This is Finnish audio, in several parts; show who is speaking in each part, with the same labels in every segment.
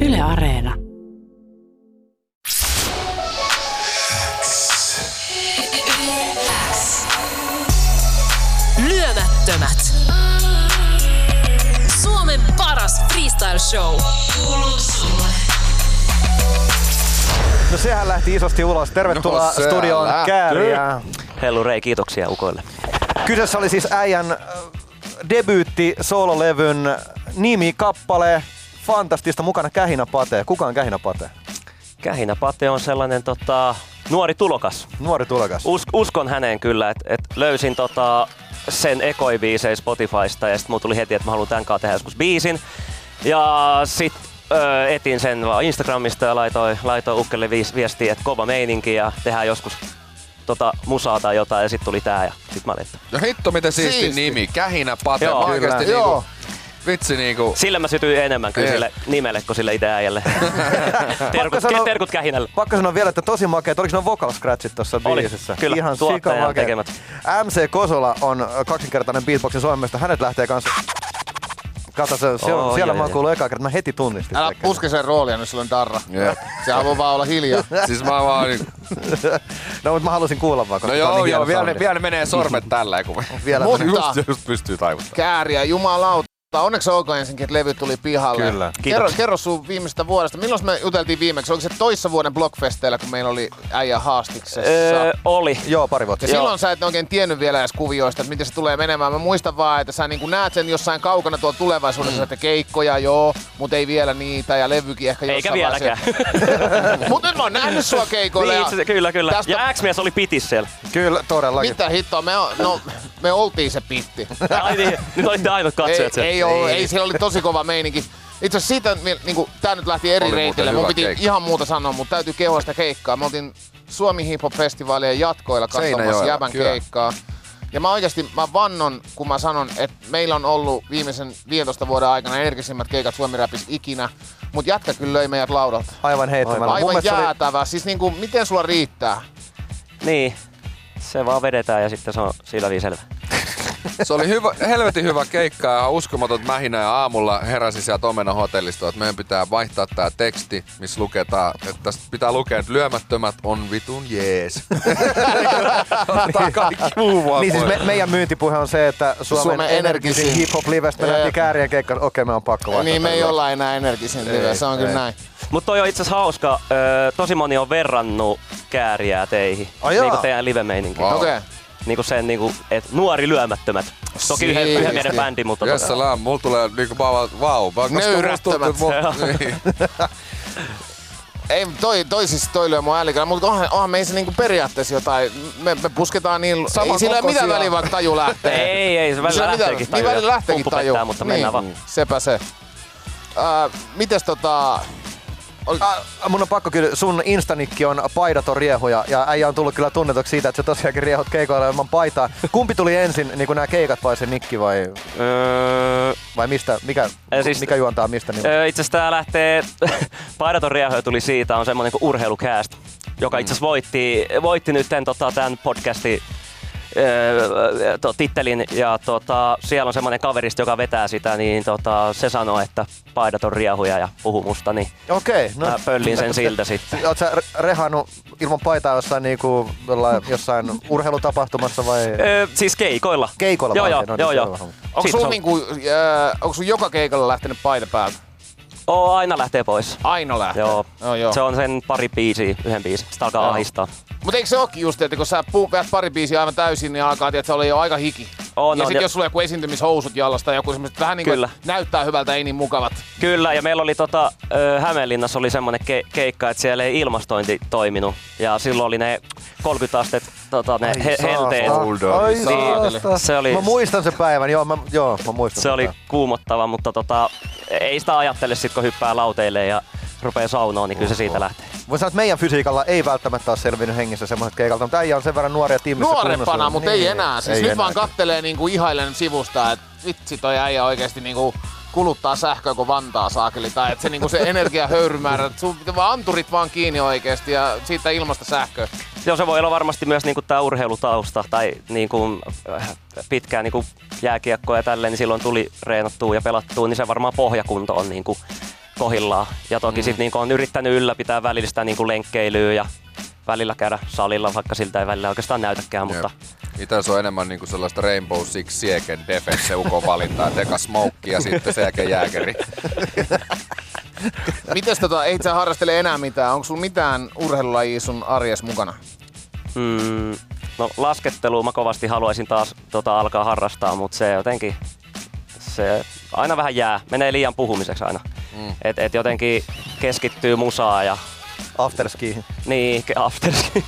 Speaker 1: Yle Areena.
Speaker 2: Lyömättömät. Suomen paras freestyle show. Kuuluu sulle.
Speaker 3: No sehän lähti isosti ulos. Tervetuloa
Speaker 4: No, se
Speaker 3: studioon
Speaker 4: lähti.
Speaker 3: Kääriä.
Speaker 5: Hellu Rei, kiitoksia ukoille.
Speaker 3: Kyseessä oli siis äijän äh, debyytti sololevyn nimi, kappale. Fantastista mukana Kähinä Pate. Kuka on Kähinä Pate?
Speaker 5: Kähinä Pate on sellainen tota, nuori tulokas.
Speaker 3: Nuori tulekas.
Speaker 5: Us, uskon häneen kyllä, että et löysin tota, sen ekoibiisei Spotifysta ja sitten mulla tuli heti, että mä haluan tämän kanssa tehdä joskus biisin. Ja sit öö, etin sen vaan Instagramista ja laitoin, laitoin ukkelle viis, viestiä, että kova meininki ja tehdään joskus tota, musaa tai jotain ja sitten tuli tää ja sit mä olin, että
Speaker 4: No hitto, miten siisti,
Speaker 6: Siisti.
Speaker 4: nimi. Kähinä Pate.
Speaker 5: Joo.
Speaker 4: Joo, oikeasti
Speaker 6: Kyllä.
Speaker 4: niinku,
Speaker 6: Joo.
Speaker 4: vitsi niinku.
Speaker 5: sillä mä sytyin enemmän kyllä
Speaker 4: Ei.
Speaker 5: sille nimelle kuin sille itse äijälle. terkut,
Speaker 3: sanoa-
Speaker 5: terkut kähinälle.
Speaker 3: Pakko sanoa vielä, että tosi makeet. Oliko ne vocal scratchit tuossa
Speaker 5: Oli,
Speaker 3: biisissä?
Speaker 5: kyllä,
Speaker 3: Ihan
Speaker 5: tuottajan
Speaker 3: sikamakeet.
Speaker 5: tekemät.
Speaker 3: MC Kosola on kaksinkertainen beatboxin suomesta. Hänet lähtee kanssa Kato, se, se,
Speaker 5: Oi,
Speaker 3: oh, siellä
Speaker 5: oi,
Speaker 3: mä oon
Speaker 5: oi.
Speaker 3: kuullut ekaa kertaa, mä heti tunnistin.
Speaker 6: Älä
Speaker 3: tekemään.
Speaker 6: puske sen roolia, nyt sillä on darra.
Speaker 4: Jep.
Speaker 6: Se haluaa vaan olla hiljaa.
Speaker 4: Siis mä vaan niinku,
Speaker 3: No, mutta mä halusin kuulla vaan, koska
Speaker 4: no
Speaker 3: tää on
Speaker 4: joo,
Speaker 3: niin
Speaker 4: joo,
Speaker 3: hieno
Speaker 4: vielä,
Speaker 3: soundi.
Speaker 4: ne- vielä ne menee sormet tällä kun
Speaker 3: Vielä
Speaker 6: Mutta-
Speaker 3: menee.
Speaker 4: just, just pystyy taivuttamaan.
Speaker 6: Kääriä, jumalauta. Onneksi olkoon ensinnäkin, että levy tuli pihalle.
Speaker 3: Kyllä.
Speaker 6: Kerro, kerro sun viimeisestä vuodesta. Milloin me juteltiin viimeksi? Oliko se toissa vuoden blogfesteillä, kun meillä oli äijä haastiksessa?
Speaker 5: Öö, oli.
Speaker 3: Joo, pari vuotta.
Speaker 6: Ja silloin sä et oikein tiennyt vielä edes kuvioista, että miten se tulee menemään. Mä muistan vaan, että sä niin näet sen jossain kaukana tuolla
Speaker 5: Mm.
Speaker 6: tulevaisuudessa, että keikkoja joo, mutta ei vielä niitä ja levykin ehkä
Speaker 5: Eikä
Speaker 6: jossain
Speaker 5: vieläkään.
Speaker 6: mutta nyt mä oon nähnyt sua keikoilla.
Speaker 5: niin,
Speaker 6: ja
Speaker 5: itse, kyllä, kyllä.
Speaker 6: Tästä
Speaker 5: Ja X-mies oli pitis siellä.
Speaker 3: Kyllä, todellakin.
Speaker 6: Mitä hittoa? Me, o- no, me oltiin se pitti.
Speaker 5: Ai niin, nyt olitte ainut
Speaker 6: ei,
Speaker 5: katsojat siellä.
Speaker 6: ei, oo, ei, siellä oli tosi kova meininki. Itse asiassa siitä, niin kuin, tää nyt lähti
Speaker 4: Oli
Speaker 6: eri
Speaker 4: muuten
Speaker 6: reitille. Mun
Speaker 4: hyvä
Speaker 6: piti
Speaker 4: keikka.
Speaker 6: ihan muuta sanoa, mutta täytyy kehoa sitä keikkaa. Me oltiin Suomi Hip Hop Festivaalien jatkoilla katsomassa
Speaker 4: Seinäjoella,
Speaker 6: Jävän
Speaker 4: kyllä.
Speaker 6: keikkaa. Ja mä oikeasti, mä vannon, kun mä sanon, että meillä on ollut viimeisen 15 vuoden aikana energisimmät keikat Suomi Rapis ikinä. Mut jätkä kyllä löi meidät laudalta.
Speaker 3: Aivan heittämällä. Mun
Speaker 6: Aivan
Speaker 3: mielestä se oli-
Speaker 6: jäätävää. Siis niinku, miten sulla riittää?
Speaker 5: Niin, se vaan vedetään ja sitten se on sillä niin selvä.
Speaker 4: Se oli hyvä, helvetin hyvä keikka ja uskomaton mähinä ja aamulla heräsin sieltä Omena hotellista, että meidän pitää vaihtaa tää teksti, missä luketaan, että tästä pitää lukea, että lyömättömät on vitun jees. Ottaa kaikki muu vaan
Speaker 3: Niin siis
Speaker 4: pois.
Speaker 3: me, meidän myyntipuhe on se, että Suomen,
Speaker 6: Suomen energisin.
Speaker 3: energisin hip hop livestä me
Speaker 6: Jep.
Speaker 3: lähti kääriä keikka. Okei, me on pakko vastata.
Speaker 6: Niin me ei
Speaker 3: Joo.
Speaker 6: olla enää energisin live, se on kyllä
Speaker 3: ei.
Speaker 6: näin.
Speaker 5: Mutta toi on itse asiassa hauska. Öö, tosi moni on verrannut kääriää teihin.
Speaker 3: Ai jaa.
Speaker 5: niin kuin teidän live-meininki.
Speaker 4: Vau.
Speaker 6: Okei.
Speaker 4: Wow.
Speaker 6: Okay.
Speaker 5: Niin kuin sen, niin kuin, et nuori lyömättömät. Toki yhden,
Speaker 6: Siistiä.
Speaker 5: yhden mielen bändi, mutta...
Speaker 4: Yes,
Speaker 5: tota-
Speaker 4: lää, mulla tulee niinku vaan vaan, vau. vaan koska musta tuntuu, että
Speaker 5: Nöyrättävät.
Speaker 4: mulla- niin.
Speaker 6: Ei, toi, toi siis toi lyö mun ällikällä, mutta onhan, onhan meissä niinku periaatteessa jotain. Me, me pusketaan niin,
Speaker 4: Sama
Speaker 6: ei sillä ole mitään
Speaker 4: kokoisia.
Speaker 6: väliä, vaikka taju lähtee.
Speaker 5: ei, ei, se
Speaker 6: Sillä
Speaker 5: välillä
Speaker 6: ei mitään-
Speaker 5: lähteekin
Speaker 6: Niin välillä
Speaker 5: ja
Speaker 6: lähteekin
Speaker 5: pumppu pettää,
Speaker 6: taju.
Speaker 5: mutta
Speaker 6: niin,
Speaker 5: mennään vaan.
Speaker 6: Sepä se. Äh, mites tota... Ol,
Speaker 3: Ah, Mun on pakko kyllä, sun instanikki on paidaton riehuja ja äijä on tullut kyllä tunnetuksi siitä, että sä tosiaankin riehut keikoilla ilman paitaa. Kumpi tuli ensin, niin kuin nämä keikat vai se nikki vai,
Speaker 5: Öö,
Speaker 3: vai mistä, mikä,
Speaker 5: Ei siis-
Speaker 3: mikä juontaa mistä? Niin
Speaker 5: Öö, itse asiassa tää lähtee, Paidaton riehue tuli siitä, on semmonen kuin urheilukääst, joka itse
Speaker 3: Mm.
Speaker 5: asiassa voitti, voitti nyt tämän, tota, tämän podcastin öö, to, tittelin ja tota, siellä on semmoinen kaverista, joka vetää sitä, niin tota, se sanoo, että paidat on riehuja ja puhuu musta, niin
Speaker 3: Okei, no.
Speaker 5: mä pöllin sen siltä sitten.
Speaker 3: Oot sä re- rehannut ilman paitaa jossain, niinku, jollain- jossain urheilutapahtumassa vai?
Speaker 5: Öö, siis keikoilla.
Speaker 3: Keikoilla
Speaker 5: joo,
Speaker 3: vaan,
Speaker 5: joo,
Speaker 3: okei, no niin,
Speaker 5: joo,
Speaker 3: se
Speaker 5: joo.
Speaker 3: on varmaan.
Speaker 6: onko
Speaker 5: Siitä se
Speaker 6: sulla
Speaker 5: on-
Speaker 6: niinku, äh, onko sun joka keikalla lähtenyt paita päältä?
Speaker 5: Oo, aina lähtee pois.
Speaker 6: Aino lähtee.
Speaker 5: Joo.
Speaker 6: No, joo.
Speaker 5: Se on sen pari biisiä, yhden biisin. Sitä alkaa
Speaker 6: Joo.
Speaker 5: ahistaa.
Speaker 6: Mut eikö se ookin just, että kun sä pu- vedät pari biisiä aivan täysin, niin alkaa tiedät, että se oli jo aika hiki.
Speaker 5: On,
Speaker 6: ja
Speaker 5: on,
Speaker 6: sit
Speaker 5: ja-
Speaker 6: jos sulla on joku esiintymishousut jalasta, joku semmoset vähän niinku,
Speaker 5: Kyllä.
Speaker 6: että näyttää hyvältä, ei niin mukavat.
Speaker 5: Kyllä, ja meillä oli tota, ö, Hämeenlinnassa oli semmoinen ke- keikka, että siellä ei ilmastointi toiminut. Ja silloin oli ne 30 astet tota, ne he- helteet.
Speaker 4: saatana.
Speaker 3: Ai
Speaker 4: Niin,
Speaker 3: saatana.
Speaker 5: se oli-
Speaker 3: Mä muistan sen päivän, joo, mä, joo, mä muistan
Speaker 5: Se
Speaker 3: sen
Speaker 5: oli
Speaker 3: päivän.
Speaker 5: kuumottava, mutta tota, ei sitä ajattele sit, kun hyppää lauteille ja rupeaa saunoon, niin kyllä se siitä lähtee.
Speaker 3: Voin sanoa, että meidän fysiikalla ei välttämättä ole selvinnyt hengissä semmoiset keikalta, mutta äijä on sen verran nuoria tiimissä
Speaker 6: Nuorempana,
Speaker 3: kunnossa.
Speaker 6: mutta ei enää. Siis
Speaker 3: ei
Speaker 6: nyt
Speaker 3: enää.
Speaker 6: vaan kattelee niinku ihailen sivusta, että vitsi toi äijä oikeesti niinku kuluttaa sähköä kuin Vantaa saakeli. Tai että se, niinku se energiahöyrymäärä, että sun pitää vaan anturit vaan kiinni oikeesti ja siitä ilmasta sähköä.
Speaker 5: Joo, se voi olla varmasti myös niinku tämä urheilutausta tai niinku, äh, pitkään niinku jääkiekkoa ja tälleen, niin silloin tuli reenattua ja pelattua, niin se varmaan pohjakunto on niinku kohillaan. Ja toki mm. sit niinku on yrittänyt ylläpitää välillistä niinku lenkkeilyä ja välillä käydä salilla, vaikka siltä ei välillä oikeastaan näytäkään, mutta
Speaker 4: Itä se on enemmän niinku sellaista Rainbow Six Siegen defense ukon valintaa, että eka smoke ja sitten sen jälkeen jääkeri.
Speaker 6: Mites tota, ei sä harrastele enää mitään? Onko sulla mitään urheilulajia sun arjes mukana?
Speaker 5: mm, no, laskettelua mä kovasti haluaisin taas tota, alkaa harrastaa, mutta se jotenkin se aina vähän jää, menee liian puhumiseksi aina. Mm. Et, et jotenkin keskittyy musaa ja
Speaker 3: Afterskiin.
Speaker 5: niin, ke- afterski.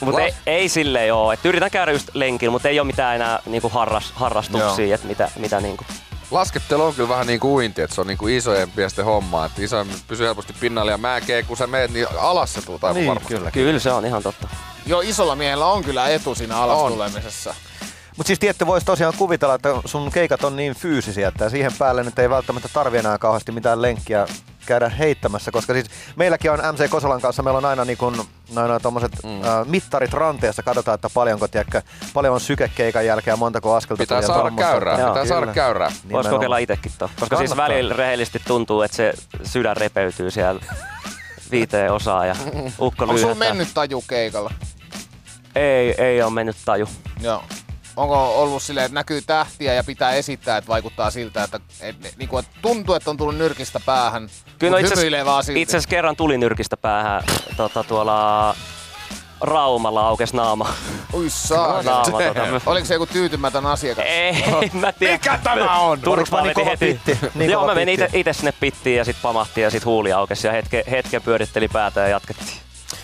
Speaker 5: mutta ei, ei silleen oo. Et yritän käydä just lenkillä, mutta ei ole mitään enää niinku harras, harrastuksia, että mitä, mitä niinku.
Speaker 4: Laskettelu on kyllä vähän niin kuin uinti, että se on niin kuin isojen miesten hommaa. Että isojen pysyy helposti pinnalla ja mäkeen, kun sä meet, niin alas se tuut aivan
Speaker 3: Niin,
Speaker 4: varmasti.
Speaker 3: kyllä.
Speaker 5: Kyllä se on ihan totta.
Speaker 6: Joo, isolla miehellä on kyllä etu siinä alas
Speaker 4: On.
Speaker 6: tulemisessa.
Speaker 3: Mutta siis tietty voisi tosiaan kuvitella, että sun keikat on niin fyysisiä, että siihen päälle nyt ei välttämättä tarvi enää kauheasti mitään lenkkiä käydä heittämässä, koska siis meilläkin on MC Kosolan kanssa, meillä on aina, niin kun, aina tommoset, mm. äh, mittarit ranteessa, katsotaan, että paljonko, tiedätkö, paljon on sykekeikan jälkeen ja montako askelta
Speaker 4: Pitää
Speaker 3: tuli ja
Speaker 4: saada
Speaker 3: tommosta.
Speaker 4: käyrää,
Speaker 5: Joo,
Speaker 4: pitää saada
Speaker 3: kyllä.
Speaker 4: käyrää.
Speaker 5: Voisi
Speaker 3: Nimenomaan.
Speaker 5: kokeilla itsekin tuo. Koska siis
Speaker 3: Kannattaa.
Speaker 5: välillä rehellisesti tuntuu, että se sydän repeytyy siellä viiteen osaan ja ukko
Speaker 6: Onko sulla
Speaker 5: lyyhättää.
Speaker 6: mennyt taju keikalla?
Speaker 5: Ei, ei ole mennyt taju.
Speaker 6: Joo. Onko ollut silleen, että näkyy tähtiä ja pitää esittää, että vaikuttaa siltä, että, että, niinku, että tuntuu, että on tullut nyrkistä päähän,
Speaker 5: Kyllä no
Speaker 6: mut
Speaker 5: itse
Speaker 6: hymyilee vaan silti.
Speaker 5: asiassa kerran tuli nyrkistä päähän tota, tuolla Raumalla aukes naama.
Speaker 6: Ui saa.
Speaker 5: naama
Speaker 4: damn.
Speaker 5: tota.
Speaker 6: Oliko se joku tyytymätön asiakas?
Speaker 5: Ei, en mä tiedä. Mikä tämä on?
Speaker 3: Oliko
Speaker 5: Turuks
Speaker 3: vaan
Speaker 5: vaan
Speaker 3: niin
Speaker 5: veti
Speaker 3: kova
Speaker 5: heti.
Speaker 3: pitti? Niin
Speaker 5: Joo,
Speaker 3: kova
Speaker 5: mä menin
Speaker 3: pitti.
Speaker 5: ite, ite sinne pittiin ja sit pamahti ja sit huuli aukesi ja hetke, hetken pyöritteli päätä ja jatkettiin.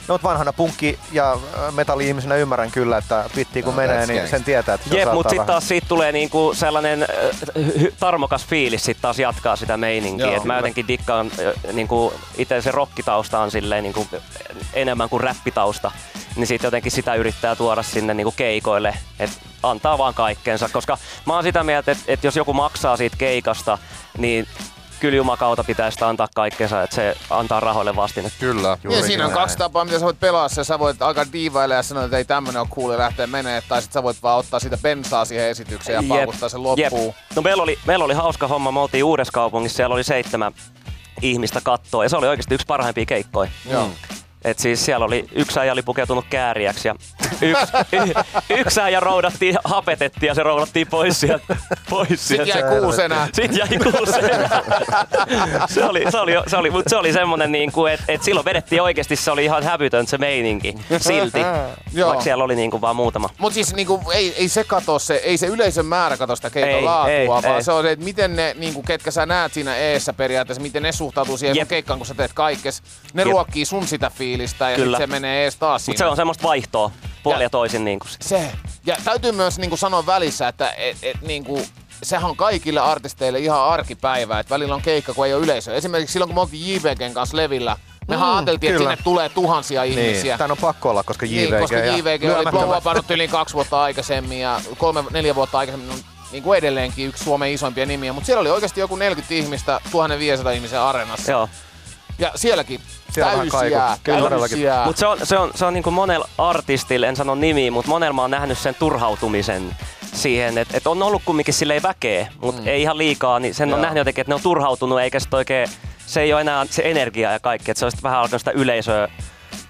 Speaker 3: No, mut vanhana punkki- ja äh, metalli-ihmisenä ymmärrän kyllä, että pittiin kun
Speaker 4: No,
Speaker 3: no, menee,
Speaker 4: that's
Speaker 3: niin
Speaker 4: gangsta.
Speaker 3: sen tietää, että se
Speaker 5: Jep,
Speaker 3: saattaa
Speaker 5: mutta sitten
Speaker 3: vähän-
Speaker 5: taas siitä tulee niinku sellainen äh, hy- tarmokas fiilis sit taas jatkaa sitä meininkiä.
Speaker 6: Joo,
Speaker 5: et mä
Speaker 6: kyllä.
Speaker 5: jotenkin dikkaan äh, niinku, itse se rokkitausta on silleen niinku, enemmän kuin räppitausta. Niin sitten jotenkin sitä yrittää tuoda sinne niinku keikoille, että antaa vaan kaikkensa. Koska mä oon sitä mieltä, että et jos joku maksaa siitä keikasta, niin kyllä jumakauta pitää sitä antaa kaikkensa, että se antaa rahoille vastinetta.
Speaker 4: Kyllä.
Speaker 6: Ja
Speaker 3: Juurikin
Speaker 6: Niin, siinä on
Speaker 3: näin.
Speaker 6: kaksi tapaa, mitä sä voit pelaa sen. Sä voit alkaa diivailla ja sanoa, että ei tämmönen on cool ja lähteä menee. Tai sit sä voit vaan ottaa sitä bensaa siihen esitykseen ja paukuttaa sen loppuun.
Speaker 5: No meillä oli, meillä oli hauska homma, me oltiin uudessa kaupungissa, siellä oli seitsemän ihmistä kattoa ja se oli oikeasti yksi parhaimpia keikkoja.
Speaker 6: Joo.
Speaker 5: Et siis siellä oli yksi äijä oli pukeutunut kääriäksi ja yksi, y, yksi äijä roudattiin, hapetettiin ja se roudattiin pois sieltä. Pois
Speaker 6: Sit
Speaker 5: sieltä.
Speaker 6: jäi kuusena.
Speaker 5: Sitten jäi kuuseen. se oli, se oli, se oli, mutta se oli semmonen, niinku, että et silloin vedettiin oikeasti, se oli ihan hävytön se meininki silti.
Speaker 6: Joo.
Speaker 5: Vaikka siellä oli niinku vaan muutama.
Speaker 6: Mut siis niinku, ei, ei se kato se, ei se yleisön määrä kato sitä keikan
Speaker 5: Ei,
Speaker 6: laatua,
Speaker 5: ei,
Speaker 6: vaan
Speaker 5: ei.
Speaker 6: se on se, että miten ne, niinku, ketkä sä näet siinä eessä periaatteessa, miten ne suhtautuu siihen sun
Speaker 5: Jep.
Speaker 6: keikkaan, kun sä teet kaikkes. Ne
Speaker 5: Jep.
Speaker 6: ruokkii sun sitä fiilistä ja sit
Speaker 5: Kyllä.
Speaker 6: se menee ees taas
Speaker 5: Mutta
Speaker 6: siinä.
Speaker 5: se on semmoista vaihtoa puoli
Speaker 6: Ja-
Speaker 5: ja toisin. Niinku.
Speaker 6: Se. Ja täytyy myös niin kuin sanoa välissä, että et, et, niin kuin, sehän on kaikille artisteille ihan arkipäivää, että välillä on keikka, kun ei ole yleisöä. Esimerkiksi silloin, kun me oltiin JVGn kanssa levillä, me mm, ajateltiin, että
Speaker 3: kyllä.
Speaker 6: sinne tulee tuhansia
Speaker 3: Niin,
Speaker 6: ihmisiä.
Speaker 3: tän on pakko olla, koska JVG.
Speaker 6: niin, koska
Speaker 3: ja
Speaker 6: JVG oli
Speaker 3: lyömättömät-
Speaker 6: blowupannut yli kaksi vuotta aikaisemmin ja kolme, neljä vuotta aikaisemmin on niin kuin edelleenkin yksi Suomen isoimpia nimiä, mutta siellä oli oikeasti joku 40 ihmistä, 1500 ihmisen areenassa.
Speaker 5: Joo.
Speaker 6: Ja sielläkin
Speaker 3: Siellä vähän
Speaker 6: täysiä,
Speaker 3: kaikut. Kyllä, todellakin.
Speaker 6: täysiä.
Speaker 5: Mutta se on, se on, se on niinku monella artistilla, en sano nimiä, mutta monella mä oon nähnyt sen turhautumisen siihen, että et on ollut kumminkin silleen väkeä, mutta mm. ei ihan liikaa, niin sen Joo. on nähnyt jotenkin, että ne on turhautunut, eikä sit oikein, se ei ole enää se energia ja kaikki, että se on sit vähän alkanut sitä yleisöä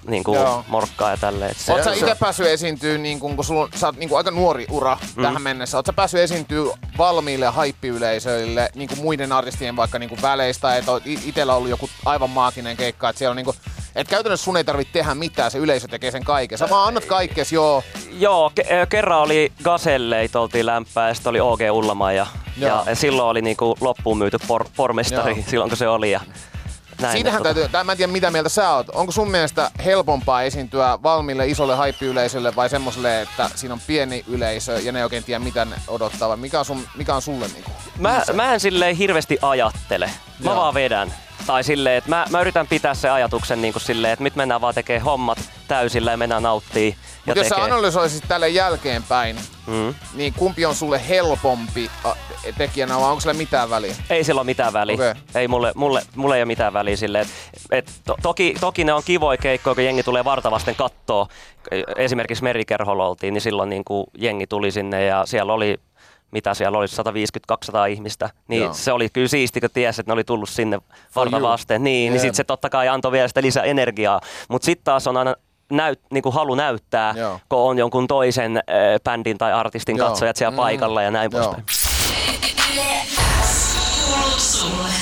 Speaker 5: niinku
Speaker 6: Joo.
Speaker 5: morkkaa ja tälleen. et se-
Speaker 6: Oletko sä
Speaker 5: se-
Speaker 6: itse päässyt esiintyä, niin kun, kun sulla on, sä oot niin kun aika nuori ura
Speaker 3: Mm-hmm.
Speaker 6: mm. tähän mennessä, oletko sä päässyt esiintyä valmiille haippiyleisöille niin kun muiden artistien vaikka niin kun väleistä, että oot i- itellä ollut joku aivan maaginen keikka, että siellä on niin kun, et käytännössä sun ei tarvitse tehdä mitään, se yleisö tekee sen kaiken. Sä vaan annat kaikkes, joo.
Speaker 5: Joo, ke- ö, kerran oli Gaselleit, oltiin lämpää ja sitten oli OG Ullama ja,
Speaker 6: Joo.
Speaker 5: ja, silloin oli niinku loppuun myyty por- pormestari
Speaker 6: Joo.
Speaker 5: silloin kun se oli. Ja näin,
Speaker 6: Siitähän
Speaker 5: et tota-
Speaker 6: täytyy, tai mä en tiedä mitä mieltä sä oot. Onko sun mielestä helpompaa esiintyä valmiille isolle haippiyleisölle vai semmoselle, että siinä on pieni yleisö ja ne ei oikein tiedä mitä ne odottaa vai mikä on, sun, mikä on sulle niinku?
Speaker 5: Mä, mä en silleen hirveästi ajattele. Mä
Speaker 6: Joo.
Speaker 5: vaan vedän. Tai silleen, että mä, mä yritän pitää se ajatuksen niin kuin silleen, että nyt mennään vaan tekee hommat täysillä ja mennään nauttii ja
Speaker 6: Mutta jos sä
Speaker 5: tekee.
Speaker 6: analysoisit tälle jälkeenpäin,
Speaker 5: Mm.
Speaker 6: niin kumpi on sulle helpompi a, tekijänä vai onko sillä mitään väliä?
Speaker 5: Ei sillä ole mitään väliä.
Speaker 6: Okei.
Speaker 5: Okay. Ei mulle, mulle, mulle ei ole mitään väliä silleen. Et, et, to, toki, toki ne on kivoja keikkoja, kun jengi tulee vartavasten niinku kattoo. Esimerkiksi merikerholla oltiin, niin silloin niin kuin jengi tuli sinne ja siellä oli mitä siellä oli, 150-200 ihmistä, niin Joo. se oli kyllä siisti, kun tiesi, että ne oli tullut sinne varta vasten. Niin, yeah. niin sitten se totta kai antoi vielä sitä lisää energiaa. Mutta sitten taas on aina näyt, niin kuin halu näyttää, Joo. kun on jonkun toisen äh, bändin tai artistin Joo. katsojat siellä mm. paikalla ja näin poispäin.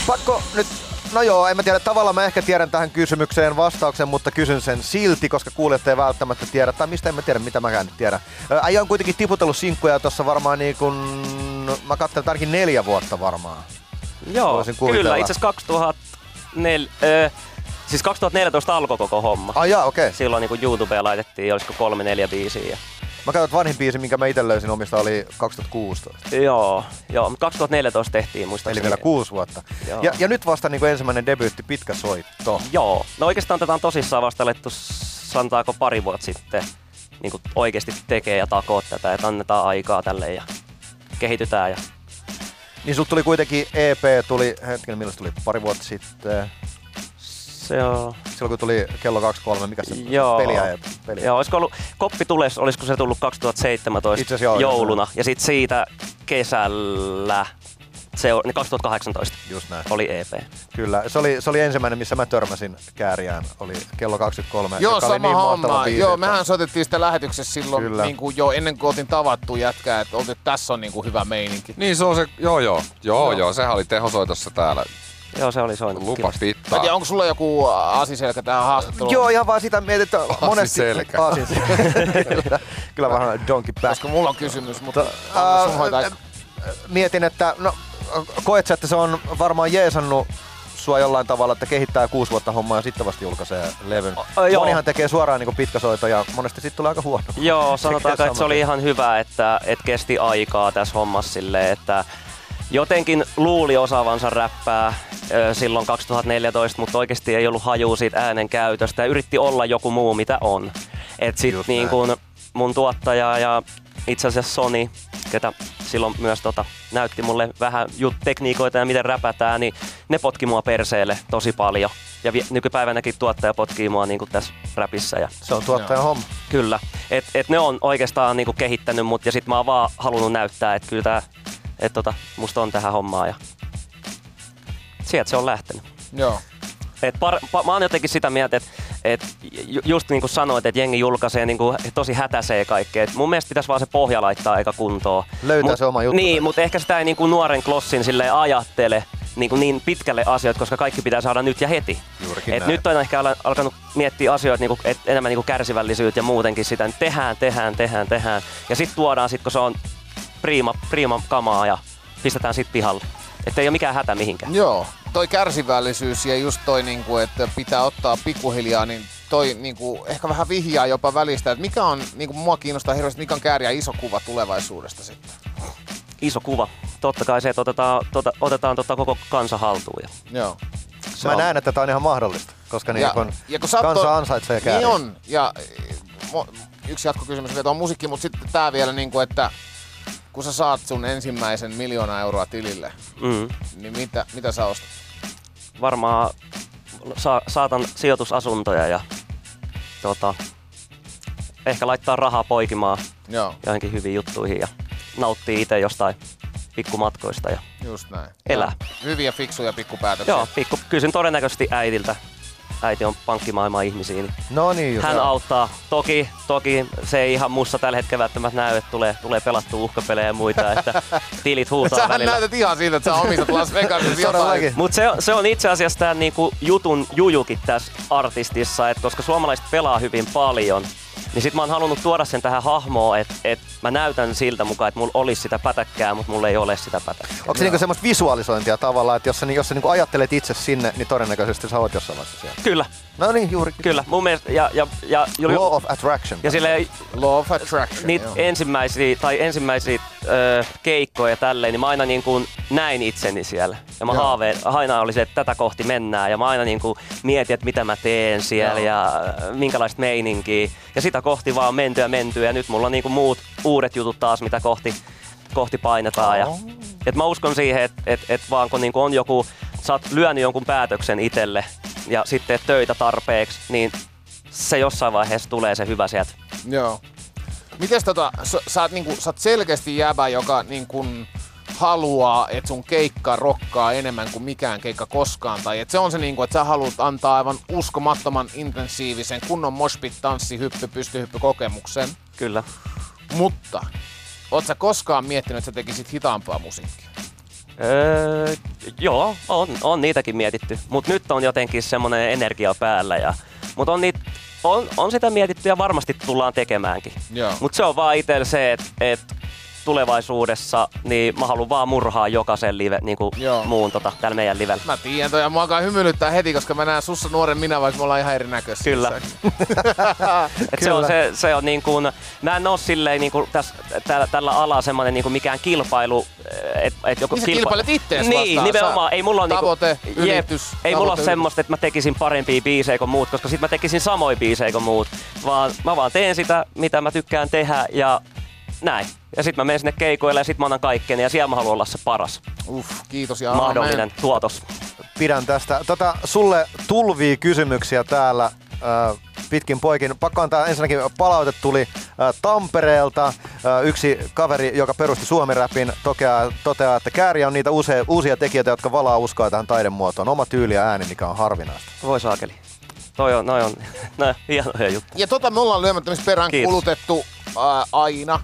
Speaker 3: Pakko nyt No joo, en mä tiedä. Tavallaan mä ehkä tiedän tähän kysymykseen vastauksen, mutta kysyn sen silti, koska kuulijat ei välttämättä tiedä. Tai mistä en mä tiedä, mitä mäkään nyt tiedän. Äijä on kuitenkin tiputellut sinkkuja tuossa varmaan niin kun... Mä katselen ainakin neljä vuotta varmaan.
Speaker 5: Joo, kyllä. Itse asiassa 2004... Äh, Siis 2014 alkoi koko homma.
Speaker 3: Ah, jaa, okei. Okay.
Speaker 5: Silloin niin YouTubeen laitettiin, olisiko kolme, neljä biisiä. Ja...
Speaker 3: Mä katsoin, että vanhin biisi, minkä mä itse löysin omista, oli 2016.
Speaker 5: Joo, joo 2014 tehtiin muistaakseni.
Speaker 3: Eli vielä kuusi vuotta. Joo. Ja, ja, nyt vasta niin kuin ensimmäinen debyytti, pitkä soitto.
Speaker 5: Joo, no oikeastaan tätä on tosissaan vasta alettu, sanotaanko pari vuotta sitten, niin kuin oikeasti tekee ja takoo tätä, että annetaan aikaa tälle ja kehitytään. Ja...
Speaker 3: Niin sulla tuli kuitenkin EP, tuli, hetken, milloin tuli, pari vuotta sitten?
Speaker 5: se on...
Speaker 3: Silloin kun tuli kello 23, mikä se joo. peliä ja peliä.
Speaker 5: Joo, olisiko ollut, Koppi tules, olisiko se tullut 2017 Itse joo, jouluna joo. ja sitten siitä kesällä se on, niin 2018
Speaker 3: Just näin.
Speaker 5: oli E EP.
Speaker 3: Kyllä, se oli, se oli ensimmäinen, missä mä törmäsin kääriään, oli kello 23,
Speaker 6: Joo,
Speaker 3: sama
Speaker 6: oli niin homma. Biisi, Joo, mehän soitettiin sitä lähetyksessä silloin kyllä. niin kuin jo ennen kuin otin tavattu jätkää, että oltiin, tässä on niin kuin hyvä meininki.
Speaker 4: Niin se on se, joo joo, joo joo, joo sehän oli tehosoitossa täällä
Speaker 5: Joo, se oli soinut.
Speaker 4: Lupa pitää.
Speaker 6: Tiedä, onko sulla joku asiselkä tähän haastatteluun?
Speaker 3: Joo, ihan vaan sitä mietit, että monesti...
Speaker 4: Asiselkä.
Speaker 3: Asiselkä. Kyllä vähän donkey back.
Speaker 6: Koska mulla on kysymys, mutta äh,
Speaker 3: Mietin, että no, koet sä, että se on varmaan jeesannut sua jollain tavalla, että kehittää kuusi vuotta hommaa ja sitten vasta julkaisee levyn. O, joo. Monihan tekee suoraan niin pitkäsoito ja monesti sitten tulee aika huono.
Speaker 5: Joo, sanotaanko, että se oli ihan hyvä, että, että kesti aikaa tässä hommassa silleen, että jotenkin luuli osaavansa räppää ö, silloin 2014, mutta oikeasti ei ollut haju siitä äänen käytöstä ja yritti olla joku muu mitä on. Et sit Just niin kun mun tuottaja ja itse asiassa Sony, ketä silloin myös tota, näytti mulle vähän jut- tekniikoita ja miten räpätään, niin ne potki mua perseelle tosi paljon. Ja vi- nykypäivänäkin tuottaja potkii mua niin tässä räpissä. Ja...
Speaker 3: Se on tuottajan homma.
Speaker 5: Kyllä. Et, et ne on oikeastaan niin kehittänyt mut ja sit mä oon vaan halunnut näyttää, että kyllä tää et tota, musta on tähän hommaa ja sieltä se on lähtenyt.
Speaker 6: Joo.
Speaker 5: Et par, pa, mä oon jotenkin sitä mieltä, että et just niin kuin sanoit, että jengi julkaisee niin kuin, tosi hätäsee kaikkea. Et mun mielestä pitäisi vaan se pohja laittaa eikä kuntoon.
Speaker 3: Löytää mut, se oma juttu.
Speaker 5: Niin, mutta ehkä sitä ei niin kuin nuoren klossin sille ajattele niin, kuin niin pitkälle asioita, koska kaikki pitää saada nyt ja heti.
Speaker 3: Juurikin
Speaker 5: et
Speaker 3: näin.
Speaker 5: nyt on ehkä alkanut miettiä asioita niin kuin, et enemmän niin kuin kärsivällisyyttä ja muutenkin sitä. Niin tehdään, tehdään, tehdään, tehdään. Ja sitten tuodaan, sit, kun se on priima, priima kamaa ja pistetään sit pihalle. Että ei ole mikään hätä mihinkään.
Speaker 6: Joo, toi kärsivällisyys ja just toi, niinku, että pitää ottaa pikkuhiljaa, niin toi niinku, ehkä vähän vihjaa jopa välistä, että mikä on, niinku, mua kiinnostaa hirveästi, mikä on kääriä iso kuva tulevaisuudesta sitten?
Speaker 5: Iso kuva. Totta kai se, että otetaan, tota, otetaan tota koko kansa haltuun. Ja.
Speaker 6: Joo.
Speaker 3: Se Mä on. näen, että tämä on ihan mahdollista, koska ja, niin kun ja kun kansa to... ansaitsee kääriä.
Speaker 6: Niin on. Ja yksi jatkokysymys vielä on musiikki, mutta sitten tämä vielä, niinku, että kun sä saat sun ensimmäisen miljoona euroa tilille, mm. niin mitä, mitä sä ostat?
Speaker 5: Varmaan sa- saatan sijoitusasuntoja ja tota, ehkä laittaa rahaa poikimaan Joo. johonkin hyviin juttuihin ja nauttii itse jostain pikkumatkoista ja
Speaker 6: Just näin.
Speaker 5: elää.
Speaker 6: Ja hyviä fiksuja pikkupäätöksiä.
Speaker 5: Joo, pikku, kysyn todennäköisesti äitiltä. Äiti on pankkimaailman ihmisiä. Niin
Speaker 3: no niin,
Speaker 5: hän joo. auttaa. Toki, toki se ei ihan musta tällä hetkellä välttämättä näy, että tulee, tulee pelattua uhkapelejä ja muita, että tilit huutaa
Speaker 6: Sähän
Speaker 5: välillä.
Speaker 6: näytät ihan siltä, että sä omistat Las Vegasissa jotain.
Speaker 5: Mutta se, se, on itse asiassa tämän niinku jutun jujukin tässä artistissa, että koska suomalaiset pelaa hyvin paljon, niin sit mä oon halunnut tuoda sen tähän hahmoon, että et mä näytän siltä mukaan, että mulla olisi sitä pätäkkää, mutta mulla ei ole sitä pätäkkää.
Speaker 3: Onko se niinku semmoista visualisointia tavallaan, että jos sä, jos sä niinku ajattelet itse sinne, niin todennäköisesti sä oot jossain vaiheessa siellä?
Speaker 5: Kyllä.
Speaker 3: No niin, juuri.
Speaker 5: Kyllä, mun mielestä. Ja, ja, ja,
Speaker 3: ja, Law of Attraction.
Speaker 5: Ja sille,
Speaker 6: Law of Attraction,
Speaker 5: niitä ensimmäisiä, tai ensimmäisiä ö, keikkoja tälleen, niin mä aina niin kuin näin itseni siellä. Ja mä joo. haaveen, aina oli se, että tätä kohti mennään. Ja mä aina niin kuin mietin, että mitä mä teen siellä joo. ja minkälaista meininkiä. Ja sitä kohti vaan menty ja menty. Ja nyt mulla on niin kuin muut uudet jutut taas, mitä kohti, kohti painetaan. Ja, et mä uskon siihen, että et, et vaan kun niin kuin on joku, sä oot lyönyt jonkun päätöksen itselle, ja sitten teet töitä tarpeeksi, niin se jossain vaiheessa tulee se hyvä sieltä.
Speaker 6: Joo. Mites tota, sä, sä, oot niinku, sä oot selkeästi jäbä, joka niinku haluaa, että sun keikka rokkaa enemmän kuin mikään keikka koskaan. Tai että se on se niinku, että sä haluat antaa aivan uskomattoman intensiivisen kunnon moshpit, tanssi, hyppy, pystyhyppy kokemuksen.
Speaker 5: Kyllä.
Speaker 6: Mutta, oot sä koskaan miettinyt, että sä tekisit hitaampaa musiikkia?
Speaker 5: Öö, joo, on, on niitäkin mietitty. Mutta nyt on jotenkin semmoinen energia päällä. Ja, mutta on, niit, on, on, sitä mietitty ja varmasti tullaan tekemäänkin.
Speaker 6: Joo.
Speaker 5: Mutta se on vaan itsellä se, että et tulevaisuudessa niin mä haluan vaan murhaa jokaisen live, niin kuin
Speaker 6: Joo.
Speaker 5: muun tota, täällä meidän livellä.
Speaker 6: Mä tiedän toi, ja mua alkaa hymyilyttää heti, koska mä näen sussa nuoren minä, vaikka me ollaan ihan erinäköisiä.
Speaker 5: Kyllä. Et se on, se, se on niin kuin, mä en ole silleen niin kuin täs, tällä, tällä alalla semmoinen niin kuin mikään kilpailu. eh, Et, et joku
Speaker 6: Niin sä kilpailet ittees
Speaker 5: Niin,
Speaker 6: vastaan,
Speaker 5: nimenomaan.
Speaker 6: sä-
Speaker 5: Ei mulla on
Speaker 6: tavoite,
Speaker 5: niinku,
Speaker 6: ylitys,
Speaker 5: jep, Ei mulla ole
Speaker 6: tavoite,
Speaker 5: semmoista, että mä tekisin parempia biisejä kuin muut, koska sit mä tekisin samoja biisejä kuin muut. Vaan mä vaan teen sitä, mitä mä tykkään tehdä ja näin. Ja sit mä menen sinne keikoille ja sit mä annan kaikkeni ja siellä mä haluan olla se paras
Speaker 6: Uff, kiitos ja
Speaker 5: mahdollinen
Speaker 6: aamen.
Speaker 5: tuotos.
Speaker 3: Pidän tästä. Tota, sulle tulvii kysymyksiä täällä äh, pitkin poikin. Pakko antaa ensinnäkin palaute tuli äh, Tampereelta. Äh, yksi kaveri, joka perusti Suomen Rapin, toteaa, toteaa, että kääriä on niitä use, uusia tekijöitä, jotka valaa uskoa tähän taidemuotoon. Oma tyyli ja ääni, mikä on harvinaista.
Speaker 5: Voi saakeli. Toi on, noi on, noi on hienoja juttuja.
Speaker 6: Ja tota me ollaan lyömättömissä perään
Speaker 5: Kiitos.
Speaker 6: kulutettu ää, aina.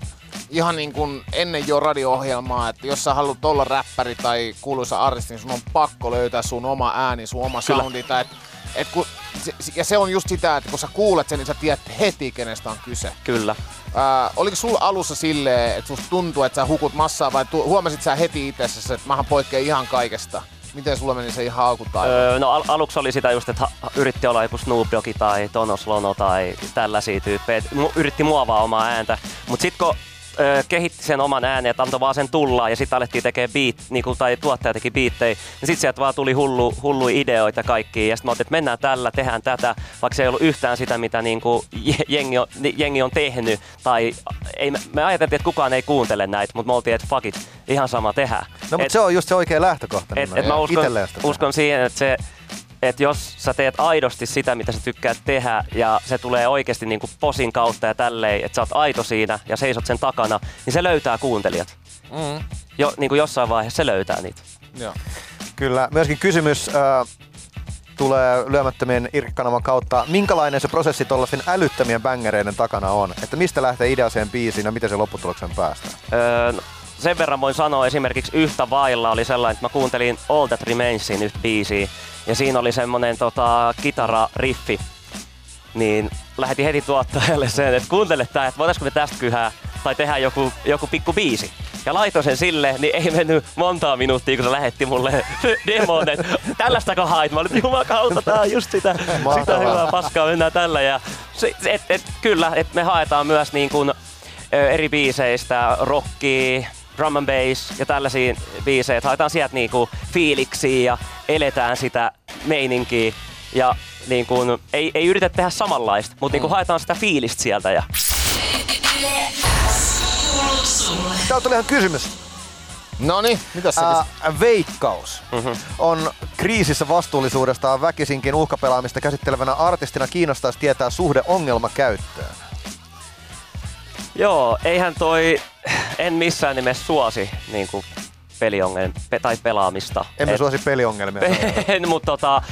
Speaker 6: Ihan niin kuin ennen jo radio-ohjelmaa, että jos sä haluat olla räppäri tai kuuluisa artisti, niin sun on pakko löytää sun oma ääni, sun oma
Speaker 5: Kyllä.
Speaker 6: soundi. Tai et, et kun, se, se- ja se on just sitä, että kun sä kuulet sen, niin sä tiedät heti, kenestä on kyse.
Speaker 5: Kyllä.
Speaker 6: Ää, oliko sulla alussa silleen, että susta tuntuu, että sä hukut massaa vai tu- huomasit sä heti itsessäsi, että mähän poikkean ihan kaikesta? Miten sulla meni se ihan alkutaan?
Speaker 5: Öö, no al- aluksi oli sitä just, että ha- yritti olla joku Snoop Doggi tai Tonos Lono tai tällaisia tyyppejä. Et mu- Yritti muovaa omaa ääntä. Mut sit kun öö, kehitti sen oman äänen, että antoi vaan sen tulla ja sitten alettiin tekee beat, niinku, tai tuottaja teki biittejä, niin sit sieltä vaan tuli hullu, hullu ideoita kaikkiin. Ja sit mä otin, että mennään tällä, tehdään tätä, vaikka se ei ollut yhtään sitä, mitä niinku je- jengi, on, ni- jengi on tehnyt. Tai ei, me- me ajateltiin, että kukaan ei kuuntele näitä, mutta me oltiin, että fuck it, ihan sama tehdään.
Speaker 3: No mutta
Speaker 5: Et-
Speaker 3: se on just se oikea lähtökohta.
Speaker 5: et, et mä
Speaker 3: nimenomaan.
Speaker 5: uskon,
Speaker 3: Itelleen sitä tehdään.
Speaker 5: uskon siihen, että se, et jos sä teet aidosti sitä, mitä sä tykkäät tehdä, ja se tulee oikeasti niinku posin kautta ja tälleen, että sä oot aito siinä ja seisot sen takana, niin se löytää kuuntelijat.
Speaker 6: Mm.
Speaker 5: Jo, niinku jossain vaiheessa se löytää niitä.
Speaker 6: Joo.
Speaker 3: Kyllä. Myöskin kysymys äh, tulee lyömättömien irkkanavan kautta. Minkälainen se prosessi tuollaisten älyttömien bängereiden takana on? Että mistä lähtee ideaseen biisiin ja miten se lopputulokseen päästään?
Speaker 5: Öö, no, sen verran voin sanoa esimerkiksi yhtä vailla oli sellainen, että mä kuuntelin All That Remainsin yhtä biisiä, ja siinä oli semmonen tota, kitarariffi, niin lähetin heti tuottajalle sen, että kuuntele tää, että voitaisko me tästä kyhää tai tehdä joku, joku pikku biisi. Ja laitoin sen sille, niin ei mennyt montaa minuuttia, kun se lähetti mulle demon, että tällaistako hait? Mä olin, että jumakauta, tää on just sitä, sitä
Speaker 3: Mahtavaa.
Speaker 5: hyvää paskaa, mennään tällä. Ja se, et, et, kyllä, et me haetaan myös niin kuin, ö, eri biiseistä rockia, drum and bass ja tällaisia biisejä. Et Haetaan sieltä niinku fiiliksiä ja eletään sitä meininkiä. Ja niin kun, ei, ei yritä tehdä samanlaista, mutta niin haetaan sitä fiilistä sieltä. Ja
Speaker 2: Kuuluu sulle.
Speaker 3: Täällä tuli ihan kysymys.
Speaker 6: Noni, mitä sä
Speaker 3: Ää,
Speaker 5: Siis-
Speaker 3: veikkaus
Speaker 5: Mhm.
Speaker 3: on kriisissä vastuullisuudestaan väkisinkin uhkapelaamista käsittelevänä artistina kiinnostaisi tietää suhde ongelmakäyttöön.
Speaker 5: joo, eihän toi, en missään nimessä suosi niin kuin peliongelmia pe- tai pelaamista.
Speaker 3: Emme
Speaker 5: Et-
Speaker 3: suosi peliongelmia.
Speaker 5: en, mutta tota,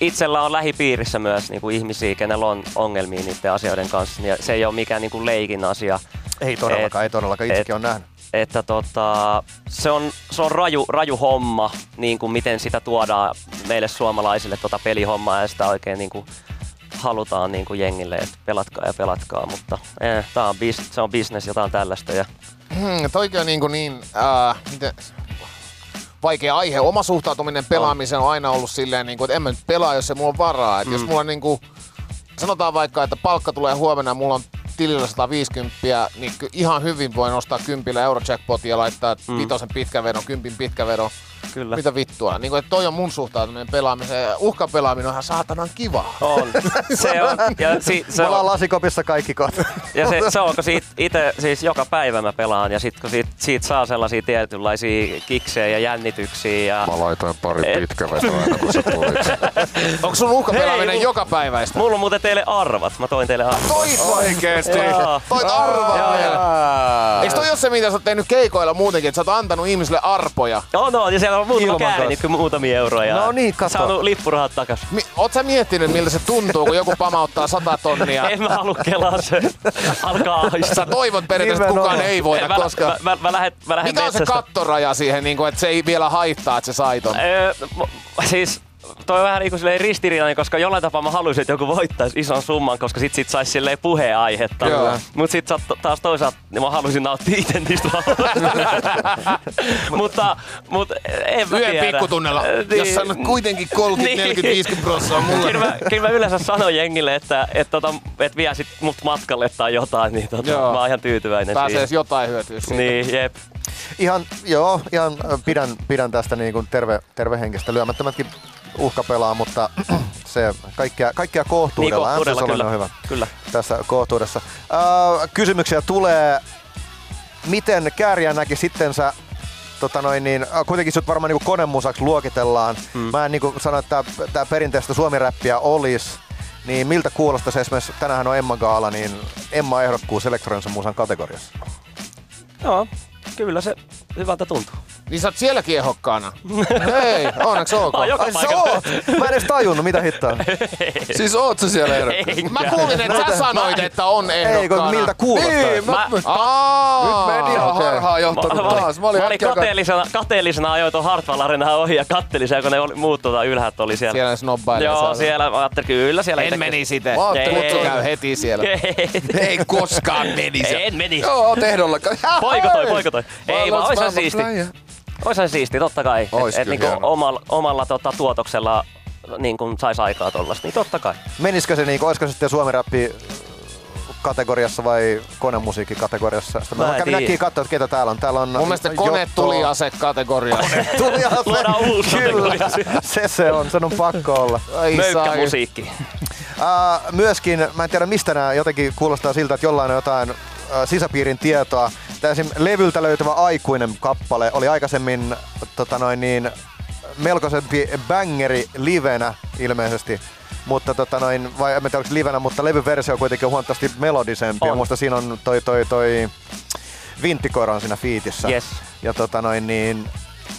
Speaker 5: itsellä on lähipiirissä myös niinku ihmisiä, kenellä on ongelmia niiden asioiden kanssa. niin Se ei ole mikään niinku leikin asia.
Speaker 3: ei todellakaan,
Speaker 5: Et-
Speaker 3: ei todellakaan. Itsekin on nähnyt.
Speaker 5: Että tota, se on, se on raju, raju homma, niin kuin miten sitä tuodaan meille suomalaisille tota pelihommaa ja sitä oikein niin kuin halutaan niin kuin jengille, että pelatkaa ja pelatkaa, mutta eh, tää on bis, se on bisnes ja tää on tällaista. Ja,
Speaker 6: Hmm, toikin on niin, kuin niin äh, miten, vaikea aihe. Oma suhtautuminen pelaamiseen on aina ollut silleen, niin kuin, että en mä nyt pelaa, jos ei mulla on varaa. Et Jos mulla on niin kuin, sanotaan vaikka, että palkka tulee huomenna ja mulla on tilillä 150, niin ky- ihan hyvin voin ostaa kympillä Eurojackpotin ja laittaa mm. vitosen pitkä vedon, kympin pitkä vedon.
Speaker 5: kyllä.
Speaker 6: Mitä vittua? Niin kuin, että toi on mun suhtautuminen pelaamiseen. Ja Uhkapelaaminen on ihan saatanan kivaa.
Speaker 5: On. Se on. Ja, si,
Speaker 3: Se
Speaker 5: se
Speaker 3: Me ollaan
Speaker 5: on.
Speaker 3: lasikopissa kaikki kohta.
Speaker 5: Ja se, se on, kun siitä itse, siis joka päivä mä pelaan ja sit kun siitä, siitä saa sellaisia tietynlaisia kiksejä ja jännityksiä ja
Speaker 4: Mä laitoin pari pitkävetoa aina, kun sä tulit.
Speaker 6: Onko sun uhkapelaaminen
Speaker 5: Hei, mu-
Speaker 6: joka päiväistä?
Speaker 5: Mulla on muuten teille arvat. Mä toin teille arvat.
Speaker 6: Toit
Speaker 4: Oikeesti.
Speaker 5: Joo.
Speaker 6: Toit arvaa vielä. Eikö toi ole se, mitä sä oot tehnyt keikoilla muutenkin, että sä oot antanut ihmisille arpoja?
Speaker 5: Joo, no, ja siellä on muutama
Speaker 3: Ilman
Speaker 5: käärinyt kyllä muutamia euroja.
Speaker 3: No niin, kato.
Speaker 5: Saanut lippurahat takas.
Speaker 6: Mi- oot sä miettinyt, miltä se tuntuu, kun joku pamauttaa sata tonnia?
Speaker 5: En mä halua kelaa se. Alkaa ahistaa.
Speaker 6: Sä toivot periaatteessa, että
Speaker 3: Nimenomaan.
Speaker 6: kukaan ei voita
Speaker 5: mä,
Speaker 6: koskaan.
Speaker 5: Mä, mä, mä, lähden, mä lähden
Speaker 6: Mikä on se
Speaker 5: metsästä.
Speaker 6: kattoraja siihen, niin kuin, että se ei vielä haittaa, että se sai ton?
Speaker 5: Öö, mu- siis toi on vähän niinku silleen ristiriitainen, koska jollain tapaa mä haluaisin, että joku voittaisi ison summan, koska sit sit saisi silleen puheenaihetta.
Speaker 6: Joo.
Speaker 5: Mut sit sä oot taas toisaalta, niin mä haluaisin nauttia itse niistä varoista. Mutta, mut en mä tiedä.
Speaker 6: Yhden
Speaker 5: Niin.
Speaker 6: pikkutunnella,
Speaker 5: Öö,
Speaker 6: jos sä annat kuitenkin 30, 40, 50 prossaa mulle.
Speaker 5: Kyllä mä, kyllä mä yleensä sanon jengille, että et, tota, et vie sit mut matkalle tai jotain, niin tota,
Speaker 6: Joo.
Speaker 5: mä oon ihan tyytyväinen
Speaker 6: niin Pääsee edes
Speaker 5: siihen.
Speaker 6: jotain hyötyä siitä.
Speaker 5: Niin, jep.
Speaker 3: Ihan, joo, ihan äh, pidän, pidän tästä niin kuin terve, tervehenkistä. Lyömättömätkin uhka pelaa, mutta se kaikkea, kaikkea
Speaker 5: Niin,
Speaker 3: kohtuudella.
Speaker 5: kohtuudella,
Speaker 3: MSS
Speaker 5: kyllä.
Speaker 3: on hyvä
Speaker 5: kyllä.
Speaker 3: tässä kohtuudessa. Äh, kysymyksiä tulee. Miten Kääriä näki sittensä Tota noin, niin, äh, kuitenkin sut varmaan niin konemusaksi luokitellaan. Mm. Mä en niin sano, että tämä perinteistä suomiräppiä olisi. Niin miltä kuulostaisi esimerkiksi, tänään on Emma Gaala, niin Emma ehdokkuus elektronisen musan kategoriassa.
Speaker 5: Joo, kyllä se hyvältä tuntuu.
Speaker 6: Niin sä oot sielläkin ehokkaana. Hei, onneksi ok.
Speaker 5: Ai, joka
Speaker 3: Ai sä
Speaker 5: paikalla.
Speaker 3: oot! Mä en edes tajunnut, mitä hittoa.
Speaker 4: Siis oot sä siellä ehdokkaana?
Speaker 5: Enkä.
Speaker 6: Mä kuulin, että sä sanoit, että on
Speaker 3: Ei, kun
Speaker 6: ehdokkaana.
Speaker 3: miltä kuulostaa.
Speaker 4: Niin, mä,
Speaker 5: Mä-
Speaker 4: mä,
Speaker 6: Aa,
Speaker 4: nyt media
Speaker 6: okei.
Speaker 4: harhaa johtanut taas. Mä olin,
Speaker 5: mä olin
Speaker 4: äkkiä kat-
Speaker 5: kateellisena, kateellisena ajoin tuon Hartwall Arenaa ohi ja kattelin siellä, kun ne oli, muut tota ylhäältä oli siellä.
Speaker 6: Siellä snobbailee
Speaker 5: Joo,
Speaker 6: siellä.
Speaker 5: siellä. Mä ajattelin, kyllä siellä.
Speaker 6: En
Speaker 5: itsekin-
Speaker 6: menisi itse.
Speaker 4: Mä ajattelin,
Speaker 5: Ei.
Speaker 6: Kutsu käy heti siellä. Ei koskaan menisi.
Speaker 5: en menisi.
Speaker 4: Joo, oot ehdolla.
Speaker 5: Poikotoi, poikotoi. Ei, vaan oishan siisti. Oishan siisti, totta kai.
Speaker 4: Ois kyllä
Speaker 5: Et, et niinku
Speaker 4: hieno.
Speaker 5: omalla, omalla tota, tuotoksella niin kun sais aikaa tollasta, niin totta kai.
Speaker 3: Menisikö se niinku, olisiko se sitten Suomi rappi kategoriassa vai konemusiikkikategoriassa? Sitten
Speaker 5: Mä
Speaker 3: mä
Speaker 5: en
Speaker 3: kävin
Speaker 5: tiedä.
Speaker 3: äkkiä katsoa, että ketä täällä on. Täällä on
Speaker 6: Mun mielestä kone
Speaker 3: Jotto.
Speaker 6: tuli asekategoriassa.
Speaker 3: Tuli ase.
Speaker 5: Luodaan uusi
Speaker 3: Kyllä,
Speaker 5: kategoria.
Speaker 3: se se on, sen on pakko olla.
Speaker 6: Ai
Speaker 5: Möykkä
Speaker 6: saakeli.
Speaker 5: musiikki.
Speaker 3: Äh, myöskin, mä en tiedä mistä nämä jotenkin kuulostaa siltä, että jollain on jotain äh, sisäpiirin tietoa. Tämä esim. levyltä löytyvä aikuinen kappale oli aikaisemmin tota noin niin, melkoisempi bangeri livenä ilmeisesti. Mutta tota noin, vai en mä tiedä oliko livenä, mutta levyversio on kuitenkin huomattavasti melodisempi.
Speaker 5: On.
Speaker 3: Ja muista siinä on toi, toi, toi vinttikoira on siinä fiitissä.
Speaker 5: Yes.
Speaker 3: Ja tota noin niin,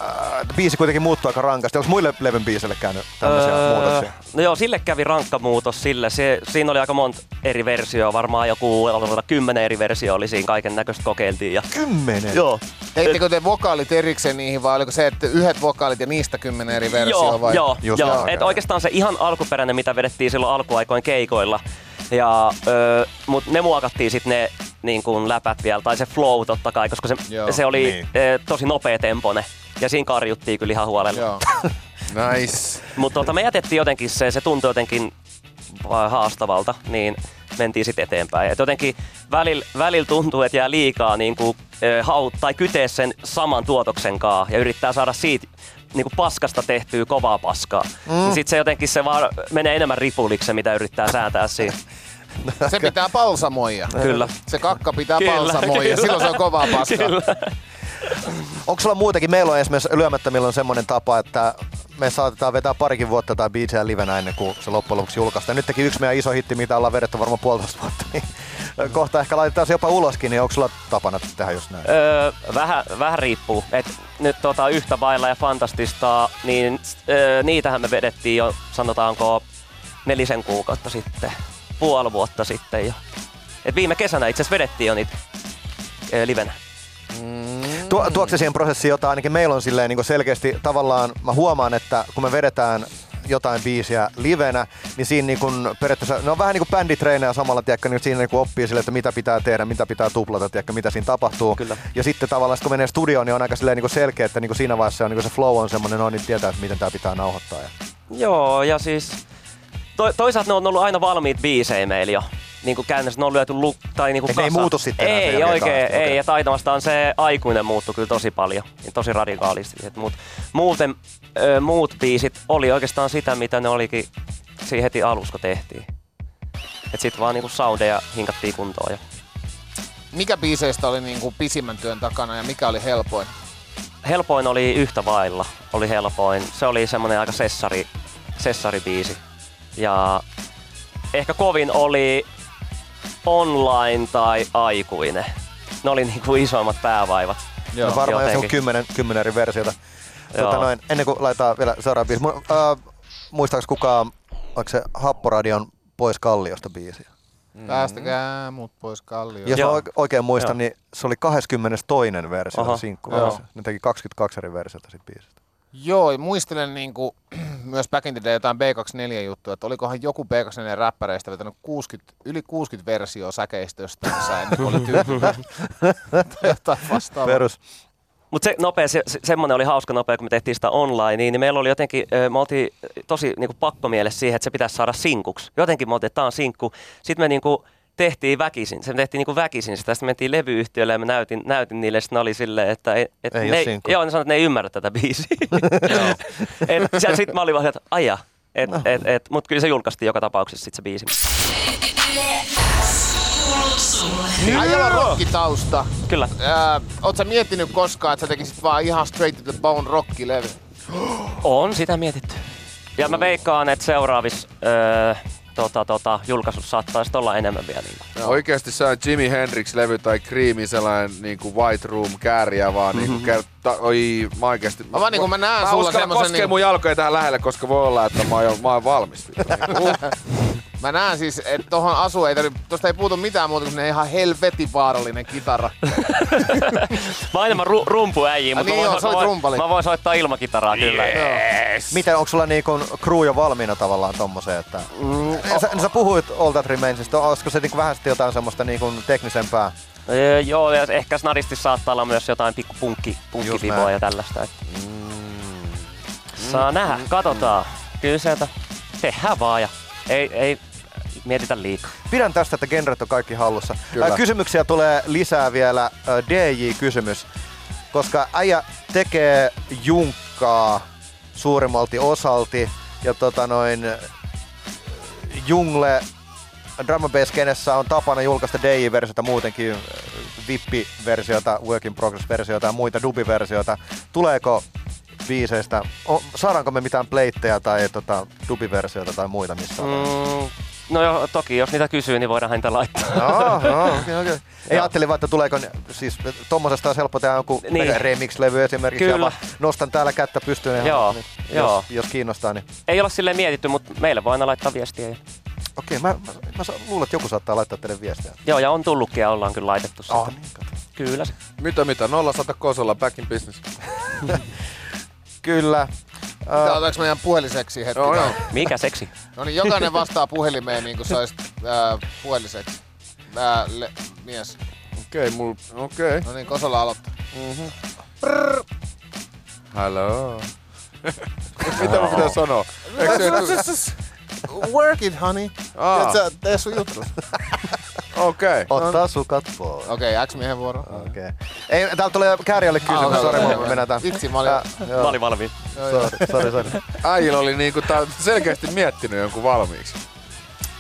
Speaker 3: äh, biisi kuitenkin muuttuu aika rankasti. Onko muille levyn biisille käynyt tämmöisiä muutoksia?
Speaker 5: no joo, sille kävi rankka muutos sille. Se, siinä oli aika monta eri versioa, varmaan joku tuota, kymmenen eri versio oli siinä, kaiken näköistä kokeiltiin. Ja,
Speaker 3: Kymmenen?
Speaker 5: joo,
Speaker 6: Teittekö te vokaalit erikseen niihin vai oliko se, että yhdet vokaalit ja niistä kymmenen eri versioa
Speaker 5: joo,
Speaker 6: vai?
Speaker 5: joo,
Speaker 3: Just
Speaker 5: joo.
Speaker 3: näin.
Speaker 5: Et oikeastaan se ihan alkuperäinen, mitä vedettiin silloin alkuaikoin keikoilla, ja, ö, mut ne muokattiin sitten ne niin kuin läpät vielä, tai se flow totta kai, koska se,
Speaker 6: Joo,
Speaker 5: se oli
Speaker 3: niin.
Speaker 5: niin. e, tosi nopea tempone. Ja siinä karjuttiin kyllä ihan huolella.
Speaker 6: Joo.
Speaker 4: Nice.
Speaker 5: Mutta tota, me jätettiin jotenkin se, se tuntui jotenkin va- haastavalta, niin mentiin sitten eteenpäin. Et jotenkin välillä välil tuntuu, että jää liikaa niin kuin, haut, tai kytee sen saman tuotoksen kaa ja yrittää saada siitä niin kuin paskasta tehtyä kovaa paskaa. Mm. Sitten se jotenkin se vaan menee enemmän ripuliksi, se, mitä yrittää säätää siinä.
Speaker 6: Se pitää palsamoida.
Speaker 5: Kyllä.
Speaker 6: Se kakka pitää
Speaker 5: Kyllä,
Speaker 6: palsamoida.
Speaker 5: kyllä.
Speaker 6: Silloin se on kovaa paskaa.
Speaker 5: Kyllä.
Speaker 3: Onko sulla muutenkin, meillä on esimerkiksi lyömättömillä on semmoinen tapa, että me saatetaan vetää parikin vuotta tai biisejä livenä ennen kuin se loppujen lopuksi julkaistaan. Nyt teki yksi meidän iso hitti, mitä ollaan vedetty varmaan puolitoista vuotta, niin kohta ehkä laitetaan se jopa uloskin, niin onko sulla tapana tehdä just näin?
Speaker 5: Öö, vähän, vähän riippuu. Et nyt tota, yhtä vailla ja fantastistaa, niin öö, niitähän me vedettiin jo sanotaanko nelisen kuukautta sitten, puoli vuotta sitten jo. Et viime kesänä itse asiassa vedettiin jo niitä öö, livenä.
Speaker 3: Tuo, tuokse siihen prosessiin jotain, ainakin meillä on silleen niin selkeästi tavallaan, mä huomaan, että kun me vedetään jotain biisiä livenä, niin siinä niin kun periaatteessa, ne on vähän niin kuin bänditreenejä samalla, tiedätkö, niin siinä niin kun oppii sille, että mitä pitää tehdä, mitä pitää tuplata, tiedätkö, mitä siinä tapahtuu.
Speaker 5: Kyllä.
Speaker 3: Ja sitten tavallaan, sit kun menee studioon, niin on aika silleen niin selkeä, että niin siinä vaiheessa on, niin se flow on semmoinen, no niin tietää, että miten tämä pitää nauhoittaa. Ja
Speaker 5: Joo, ja siis to, toisaalta ne on ollut aina valmiit biisejä meillä jo. Niin kuin käännös, ne on lyöty luk, tai niin kuin
Speaker 3: Et ne ei muutu sitten enää sen
Speaker 5: Ei
Speaker 3: jälkeen
Speaker 5: oikein,
Speaker 3: kauheasti,
Speaker 5: ei.
Speaker 3: okei.
Speaker 5: Ja taitavastaan se aikuinen muuttu kyllä tosi paljon, ja tosi radikaalisti. Mut, muuten ö, muut biisit oli oikeastaan sitä, mitä ne olikin siinä heti alussa, kun tehtiin. Et sit vaan niinku soundeja hinkattiin kuntoon. Ja
Speaker 6: Mikä biiseistä oli niinku pisimmän työn takana ja mikä oli helpoin?
Speaker 5: helpoin oli yhtä vailla, oli helpoin. Se oli semmonen aika sessari Sessari-biisi. Ja ehkä kovin oli online tai aikuinen. Ne oli niinku isoimmat päävaivat.
Speaker 3: Joo, no varmaan jos on
Speaker 5: jotenkin.
Speaker 3: kymmenen, kymmenen eri versiota. Tota
Speaker 5: Joo.
Speaker 3: noin, ennen kuin laitetaan vielä seuraava biisi. Mu- äh, muistaaks kukaan, onko se Happoradion Pois Kalliosta biisiä?
Speaker 6: Päästäkää mut pois kallioon.
Speaker 3: Jos mä
Speaker 5: Joo.
Speaker 3: oike- oikein muistan,
Speaker 5: Joo.
Speaker 3: niin se oli 22. versio,
Speaker 5: Aha.
Speaker 3: Aha. sinkku versio. Ne teki 22 eri versiota siitä biisistä.
Speaker 6: Joo, ja muistelen niin kuin, myös back in the day jotain B24-juttuja, että olikohan joku B24-räppäreistä vetänyt 60, yli 60 versioa säkeistöstänsä ennen kuin niin oli tyytyvä. Tai jotain vastaavaa.
Speaker 3: Perus.
Speaker 5: Mutta se nopea, se, se, semmoinen oli hauska nopea, kun me tehtiin sitä online, niin meillä oli jotenkin, ö, me oltiin tosi niinku pakkomielessä siihen, että se pitäisi saada sinkuksi. Jotenkin me oltiin, että tämä on sinkku. Sitten me niinku tehtiin väkisin, se me tehtiin niinku väkisin sitä. Sitten me mentiin levyyhtiölle ja mä näytin, näytin niille, sitten ne oli silleen, että ei, et
Speaker 3: Ei
Speaker 5: ne,
Speaker 3: oo sinkku.
Speaker 5: Joo, ne sanoi, että ne ei ymmärrä tätä biisiä. Sitten mä olin vaan, että aja. Et,
Speaker 3: No.
Speaker 5: et, et, Mutta kyllä se julkaistiin joka tapauksessa sit se biisi.
Speaker 2: Yle X. Kuuluu sulle.
Speaker 3: Niin.
Speaker 6: Äijällä on rockitausta.
Speaker 5: Kyllä.
Speaker 6: Ää, oot sä miettinyt koskaan, että sä tekisit vaan ihan straight to the bone rockilevy?
Speaker 5: On sitä mietitty. Ja mä veikkaan, että seuraavissa öö, tota, tota, julkaisussa saattaisi olla enemmän vielä. Niin.
Speaker 4: Oikeasti se on Jimi Hendrix-levy tai Cream, sellainen niinku White Room kääriä vaan niinku mm-hmm. kerta, oi mä oikeesti.
Speaker 6: Mhm. Mä vaan niinku mä näen
Speaker 4: mä
Speaker 6: sulla
Speaker 4: uskallan
Speaker 6: semmosen
Speaker 4: koskea
Speaker 6: niinku-
Speaker 4: mun jalkoja tähän lähelle, koska voi olla, että mä oon, jo- mä oon valmis. vittu. Niinku, uh.
Speaker 6: Mä näen siis, että tohon asu ei tarvi, tosta ei puutu mitään muuta kuin sinne ihan helvetin vaarallinen kitara.
Speaker 5: Mä oon enemmän ru- rumpuäjiä,
Speaker 6: Ah,
Speaker 5: mutta
Speaker 6: niin
Speaker 5: mä,
Speaker 6: joo,
Speaker 5: voin,
Speaker 6: sä olit
Speaker 5: mä, voin,
Speaker 6: rumpali.
Speaker 5: mä voin soittaa ilmakitaraa kyllä.
Speaker 3: Miten, onko sulla niinku crew jo valmiina tavallaan tommoseen, että... Mm, sä, sä, puhuit All That Remainsista, olisiko se niinku vähän sitten jotain semmoista niinku teknisempää?
Speaker 5: Öö, joo, ja ehkä snaristi saattaa olla myös jotain pikku punkki, punkkipivoa
Speaker 3: näin.
Speaker 5: ja tällaista. Että.
Speaker 6: Mm.
Speaker 5: Saa nähdä, katsotaan. Kyllä sieltä tehdään vaan ja ei, ei mietitä liikaa.
Speaker 3: Pidän tästä, että genret on kaikki hallussa.
Speaker 4: Kyllä.
Speaker 3: Kyllä. Kysymyksiä tulee lisää vielä. Äh, DJ-kysymys. Koska äijä tekee junkkaa suurimmalti osalti. Ja tota noin, äh, jungle drum and bass kenessä on tapana julkaista DJ-versiota muutenkin, äh, vippi-versiota, work in progress-versiota ja muita dubi-versioita. Tuleeko biiseistä, o, saadaanko me mitään pleitteja tai tota, dubi-versioita tai muita missään? Mm.
Speaker 5: Mm, no jo, toki, jos niitä kysyy, niin voidaan häntä laittaa.
Speaker 3: Joo, joo, okei, okei. Ei ajattelin vaan, että tuleeko, ne- siis tommosesta olisi helppo tehdä joku
Speaker 5: Niin.
Speaker 3: niin. remix-levy esimerkiksi.
Speaker 5: Kyllä.
Speaker 3: Ja mä nostan täällä kättä pystyyn, ihan,
Speaker 5: Joo,
Speaker 3: niin,
Speaker 5: joo.
Speaker 3: Jos, jos kiinnostaa. Niin.
Speaker 5: Ei olla silleen mietitty, mutta meille voi aina laittaa viestiä. ja-
Speaker 3: Okei, mä, mä, mä sa- luulen, että joku saattaa laittaa teille viestiä.
Speaker 5: Joo, ja on tullutkin ja ollaan kyllä laitettu sitä.
Speaker 3: Ah, niin, kato.
Speaker 5: Kyllä se.
Speaker 4: mitä mitä, nolla sata kosolla, back in business.
Speaker 3: Kyllä.
Speaker 6: Tää
Speaker 3: Äh,
Speaker 6: otaks meidän puheliseksi hetki?
Speaker 4: Joo, joo.
Speaker 5: Mikä seksi?
Speaker 6: No niin, jokainen vastaa puhelimeen niin kuin sais ää, puheliseksi. Ää, Äh, le- mies.
Speaker 4: Okei, okay, mulla, okei. Okay.
Speaker 6: No niin, Kosola aloittaa.
Speaker 4: Hello. mitä mä pitää sanoa? Eikö se-
Speaker 6: Work it, honey.
Speaker 4: Aa.
Speaker 6: Et sä tee sun juttu.
Speaker 4: Okei.
Speaker 3: ottaa sukat pois.
Speaker 6: Okei, okay, X-miehen vuoro.
Speaker 3: Okei. Ei, täältä tulee kärjälle kysymys,
Speaker 6: okei,
Speaker 3: sori,
Speaker 6: okei,
Speaker 3: mä
Speaker 6: okei.
Speaker 3: mennään tähän.
Speaker 6: Vitsi, mä olin-
Speaker 3: joo,
Speaker 5: Ah, Mä olin valmiin.
Speaker 3: Sori, sori, sori.
Speaker 4: Äijillä oli niinku, tää on selkeästi miettinyt jonkun valmiiksi.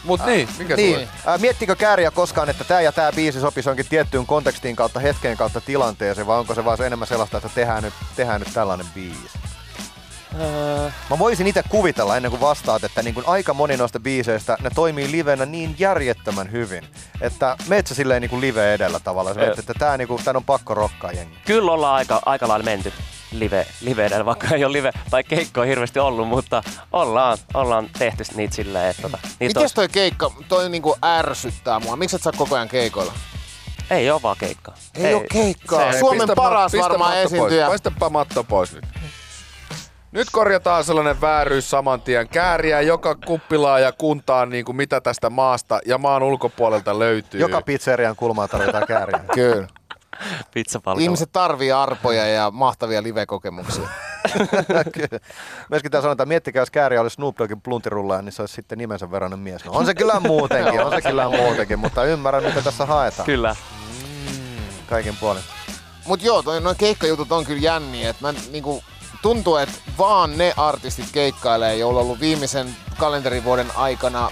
Speaker 4: Mut niin, mikä
Speaker 3: Niin.
Speaker 4: tulee?
Speaker 3: Äh, miettikö kääriä koskaan, että tämä ja tämä biisi sopisi jonkin tiettyyn kontekstiin kautta, hetkeen kautta tilanteeseen, vai onko se vaan se enemmän sellaista, että tehdään nyt, tehdään nyt tällainen biisi? Mä voisin itse kuvitella ennen kuin vastaat, että niin kuin aika moni noista biiseistä ne toimii livenä niin järjettömän hyvin, että meet sä silleen niin kuin live edellä tavallaan. Sä mietit, että tää, niin kuin, tän on pakko rokkaa jengi.
Speaker 5: Kyllä ollaan aika, aika lailla menty live, live edellä, vaikka ei ole live tai keikkoa hirveästi ollut, mutta ollaan, ollaan tehty niitä silleen, että tota, niitä
Speaker 6: Mites
Speaker 5: olisi,
Speaker 6: toi keikka, toi niinku ärsyttää mua. Miksi et sä oo koko ajan keikoilla?
Speaker 5: ei ole vaan keikkaa.
Speaker 6: Ei, oo keikkaa.
Speaker 4: Ei,
Speaker 6: Suomen
Speaker 4: pistä ma-
Speaker 6: paras
Speaker 4: pistä
Speaker 6: varmaan
Speaker 4: matto
Speaker 6: esiintyjä.
Speaker 4: Pois. Paistäpä matto pois nyt. Nyt korjataan sellainen vääryys saman tien. Kääriä joka kuppilaa ja kuntaan niin kuin mitä tästä maasta ja maan ulkopuolelta löytyy.
Speaker 3: Joka pizzerian kulmaa tarvitaan kääriä.
Speaker 6: Kyllä.
Speaker 5: Pizzapalkalla.
Speaker 6: Ihmiset tarvii arpoja ja mahtavia live-kokemuksia.
Speaker 3: Kyllä. Myöskin tää sanotaan, miettikää, jos kääriä olisi Snoop Doggin pluntirullaaja, niin se olisi sitten nimensä verran mies. No, on se kyllä muutenkin, on se kyllä muutenkin, mutta ymmärrän, mitä tässä haetaan.
Speaker 5: Kyllä.
Speaker 3: kaiken puolen.
Speaker 6: Mut joo, toi, noi keikkajutut on kyllä jänniä. Et mä niinku, tuntuu, että vaan ne artistit keikkailee, joilla on ollut viimeisen kalenterivuoden aikana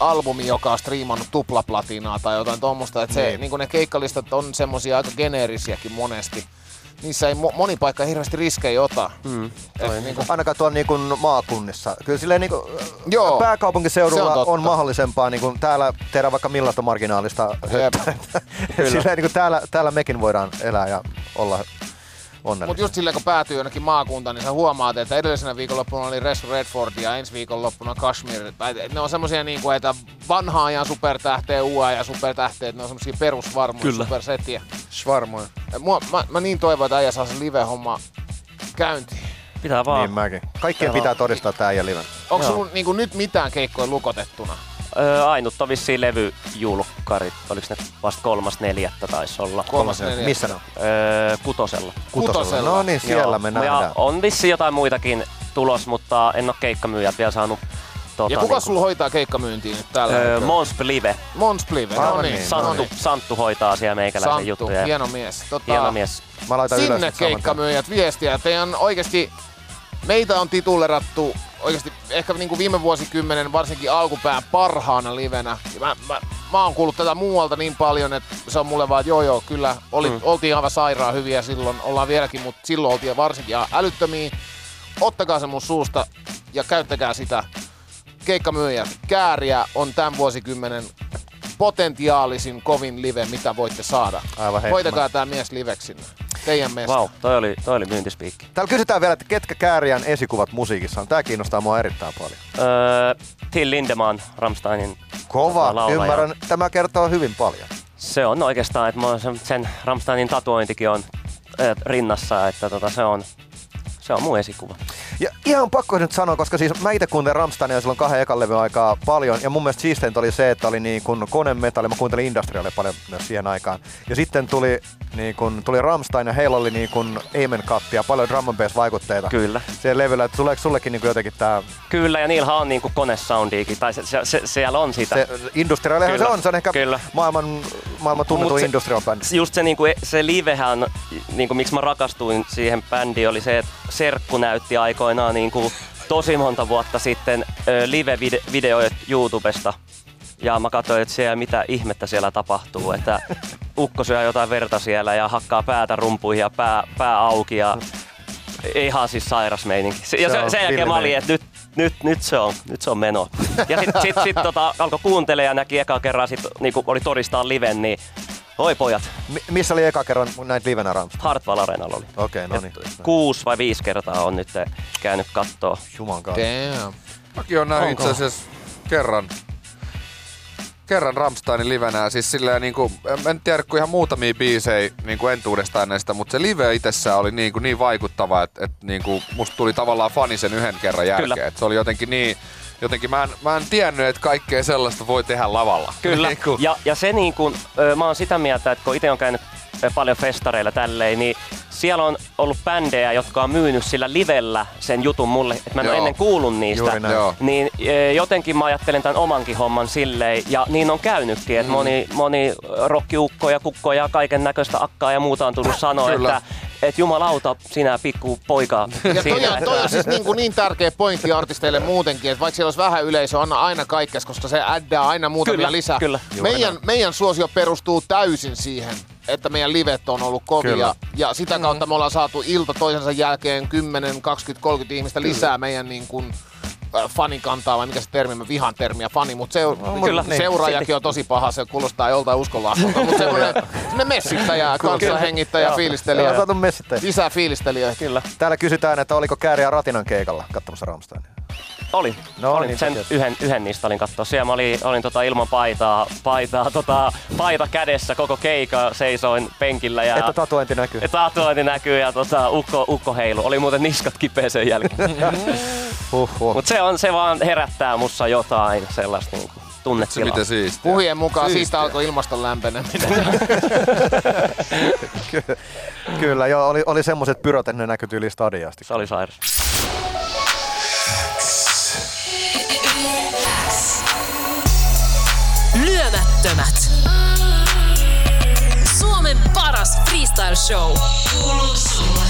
Speaker 6: albumi, joka on striimannut niinku tuplaplatinaa tai jotain tuommoista. Että se, niin. ne keikkalistat on semmosia aika geneerisiäkin monesti. niissä ei mo- moni paikka hirveästi riskejä ota. Mm. Et, niin kuin,
Speaker 3: Ainakaan tuolla niin kuin maakunnissa. Kyllä silleen niin kuin
Speaker 6: Joo.
Speaker 3: pääkaupunkiseudulla
Speaker 6: Se on
Speaker 3: on,
Speaker 6: totta.
Speaker 3: on mahdollisempaa. Niin kuin täällä tehdään vaikka millaista marginaalista. höttöä. silleen, niin kuin täällä, täällä mekin voidaan elää ja olla
Speaker 6: Mutta
Speaker 3: onnellisia.
Speaker 6: just silleen, kun päätyy jonnekin maakuntaan, niin sä huomaat, että edellisenä viikonloppuna oli Resu Redford ja ensi viikonloppuna Kashmir. Et- et Ne on semmosia niinku, että vanhaa ajan supertähteä, uuden ajan supertähteä, että ne on semmosia perusvarmoja
Speaker 5: Kyllä.
Speaker 6: supersetiä.
Speaker 4: Schwarmoja.
Speaker 6: Et Mua, mä, mä, niin toivon, että äijä saa se live-homma käyntiin.
Speaker 5: Pitää vaan.
Speaker 3: Niin mäkin. Kaikkien pitää todistaa tää ja liven.
Speaker 6: Onko
Speaker 5: Joo.
Speaker 6: sun niinku, nyt mitään keikkoja lukotettuna?
Speaker 5: Öö, ainut on vissiin levyjulkkarit. Oliko ne vasta kolmas neljättä taisi olla?
Speaker 6: Kolmas neljä.
Speaker 3: Missä ne on?
Speaker 5: Öö, kutosella.
Speaker 6: Kutosella.
Speaker 3: No niin, siellä me
Speaker 5: Ja
Speaker 3: nähdään.
Speaker 5: on vissiin jotain muitakin tulos, mutta en ole keikkamyyjät vielä saanut. Tota,
Speaker 6: Ja kuka
Speaker 5: niinku-
Speaker 6: sulla hoitaa keikkamyyntiin nyt tällä
Speaker 5: Öö,
Speaker 6: hetkellä?
Speaker 5: Mons Live.
Speaker 6: Monsplive,
Speaker 3: Ah,
Speaker 6: no
Speaker 3: niin,
Speaker 6: niin.
Speaker 5: Santtu,
Speaker 6: no niin.
Speaker 5: Santtu hoitaa siellä meikäläisen
Speaker 6: Santtu,
Speaker 5: juttuja.
Speaker 6: hieno mies. Tota,
Speaker 5: hieno mies.
Speaker 3: Mä laitan ylös.
Speaker 6: Sinne
Speaker 3: nyt saman tien.
Speaker 6: keikkamyyjät viestiä. Teidän oikeasti, meitä on titullerattu oikeasti ehkä niin kuin viime vuosikymmenen varsinkin alkupään parhaana livenä. Ja Mä, mä, mä oon kuullut tätä muualta niin paljon, että se on mulle vaan, että joo joo, kyllä, oli, mm. oltiin aivan sairaan hyviä silloin, ollaan vieläkin, mutta silloin oltiin varsinkin ihan älyttömiä. Ottakaa se mun suusta ja käyttäkää sitä. Keikkamyyjät, kääriä on tämän vuosikymmenen potentiaalisin kovin live, mitä voitte saada.
Speaker 3: Aivan hei,
Speaker 6: Hoitakaa tämä mies liveksi sinne. Teidän mielestä.
Speaker 5: Vau, wow, toi oli, toi oli myyntispiikki.
Speaker 3: Täällä kysytään vielä, että ketkä Kääriän esikuvat musiikissa on. Tää kiinnostaa mua erittäin paljon.
Speaker 5: Öö, Till Lindemann, Rammsteinin
Speaker 3: Kova,
Speaker 5: tota, laulaja.
Speaker 3: ymmärrän. Tämä kertoo hyvin paljon.
Speaker 5: Se on oikeastaan, että mä oon sen, sen Rammsteinin tatuointikin on ö, rinnassa, että tota, se on se on mun esikuva.
Speaker 3: Ja ihan pakko nyt sanoa, koska siis mä itse kuuntelin Rammsteinia silloin kahden ekan levyn aikaa paljon, ja mun mielestä siisteintä oli se, että oli niin kuin konemetalli, mä kuuntelin industrialia paljon myös siihen aikaan. Ja sitten tuli, niin kuin, tuli Rammstein ja heillä oli niin kuin Amen Cuttia, paljon drum and bass vaikutteita.
Speaker 5: Kyllä.
Speaker 3: Siihen levyllä, että tuleeko sullekin niin kuin jotenkin tää,
Speaker 5: Kyllä, ja niillähän on niinku konesoundiikin, tai se, se, se, siellä on sitä.
Speaker 3: se industrialia se
Speaker 5: Kyllä,
Speaker 3: on, se on ehkä
Speaker 5: kyllä.
Speaker 3: maailman, maailman
Speaker 5: Mut
Speaker 3: tunnetuin
Speaker 5: se-
Speaker 3: industrial bändi.
Speaker 5: just se, niinku, se livehän, niinku, miksi mä rakastuin siihen bändiin, oli se, että Serkku näytti aikoinaan niinku, tosi monta vuotta sitten ö, live-videoja YouTubesta. Ja mä katsoin, että siellä mitä ihmettä siellä tapahtuu, että ukko syö jotain verta siellä ja hakkaa päätä rumpuihin ja pää, pää auki ja ihan siis sairas meininki. Se- Ja
Speaker 3: Se
Speaker 5: se,
Speaker 3: on
Speaker 5: sen jälkeen mä
Speaker 3: villi
Speaker 5: olin, että nyt, nyt, nyt, se on, nyt se on meno. Ja sit, sit, sit tota, alkoi kuuntele ja näki ekaa kerran, sit niinku oli todistaa liven, niin oi pojat,
Speaker 3: Mi- missä oli eka kerran näitä livenä Rammstein?
Speaker 5: Hartwall Areenalla oli.
Speaker 3: Okei, no
Speaker 5: Et
Speaker 3: niin.
Speaker 5: Kuusi vai viisi kertaa on nyt käynyt kattoo.
Speaker 3: Juman kanssa.
Speaker 6: Damn.
Speaker 4: Mäkin on nähnyt
Speaker 5: Onko?
Speaker 4: itse asiassa kerran. Kerran Rammsteinin livenä ja siis silleen niinku, en- en tiedä kuin ihan muutamia biisejä niinku entuudestaan näistä, mutta se live itsessään oli niinku niin vaikuttava, että et niinku musta tuli tavallaan fani sen yhden kerran jälkeen.
Speaker 5: Kyllä.
Speaker 4: Et se oli jotenkin niin, jotenkin mä en, mä en tiennyt, että kaikkea sellaista voi tehdä lavalla.
Speaker 5: Kyllä.
Speaker 4: Niinku,
Speaker 5: Ja, ja se niin kuin, mä oon sitä mieltä, että kun itse on käynyt ö, paljon festareilla tälleen, niin siellä on ollut bändejä, jotka on myynyt sillä livellä sen jutun mulle, että mä en ole
Speaker 4: Joo.
Speaker 5: ennen kuullut niistä.
Speaker 3: Juuri näin.
Speaker 4: Joo.
Speaker 5: Niin ö, jotenkin mä ajattelen tämän omankin homman silleen, ja niin on käynytkin, että moni, moni rokkiukkoja, kukkoja ja kaiken näköistä akkaa ja muuta on tullut sanoa,
Speaker 4: Kyllä.
Speaker 5: että et jumalauta, sinä pikku poika.
Speaker 6: Ja toi
Speaker 5: siinä,
Speaker 6: on,
Speaker 5: että-
Speaker 6: toi on siis niin, kuin niin tärkeä pointti artisteille muutenkin, että vaikka siellä olisi vähän yleisöä, anna aina kaikkes, koska se äddää aina muutamia
Speaker 5: Kyllä,
Speaker 6: lisää.
Speaker 5: kyllä.
Speaker 6: Meidän, meidän suosio perustuu täysin siihen, että meidän livet on ollut kovia.
Speaker 3: Kyllä.
Speaker 6: Ja sitä kautta me ollaan saatu ilta toisensa jälkeen 10, 20, 30 ihmistä lisää meidän niin kuin äh, fanikantaa, vai mikä se termi, mä vihan termiä fani, mutta seur-
Speaker 5: Kyllä.
Speaker 6: niin, seuraajakin on tosi paha, se kuulostaa joltain uskonlahkolta, mutta semmoinen semmoinen messittäjä, kanssahengittäjä,
Speaker 5: Joo.
Speaker 6: fiilistelijä,
Speaker 3: Joo, saatu messittäjä.
Speaker 6: lisää fiilistelijöitä.
Speaker 5: Kyllä.
Speaker 3: Täällä kysytään, että oliko Kääriä Ratinan keikalla katsomassa Rammsteinia.
Speaker 5: Oli.
Speaker 3: No,
Speaker 5: No, olin.
Speaker 3: niin sä
Speaker 5: Sen
Speaker 3: tiedät.
Speaker 5: yhden, yhden niistä olin katsoa. Siellä mä olin, olin tota ilman paitaa, paitaa tota, paita kädessä koko keika seisoin penkillä ja
Speaker 3: Että tatuointi näkyy.
Speaker 5: ja tatuointi näkyy ja tota, ukko, ukko heilu. Oli muuten niskat kipeä sen jälkeen.
Speaker 3: Huhhuh.
Speaker 5: Mutta se, on, se vaan herättää mussa jotain sellaista niinku,
Speaker 4: Se
Speaker 5: tunnetilaa.
Speaker 4: mitä siistiä.
Speaker 6: Puhujien mukaan siitä alkoi ilmaston lämpeneminen.
Speaker 3: Kyllä, joo, oli, oli semmoset pyrot, että ne näkyi tyyli stadiasti.
Speaker 5: se oli sairas.
Speaker 2: Lyömättömät. Suomen paras freestyle show. Kuuluu sulle.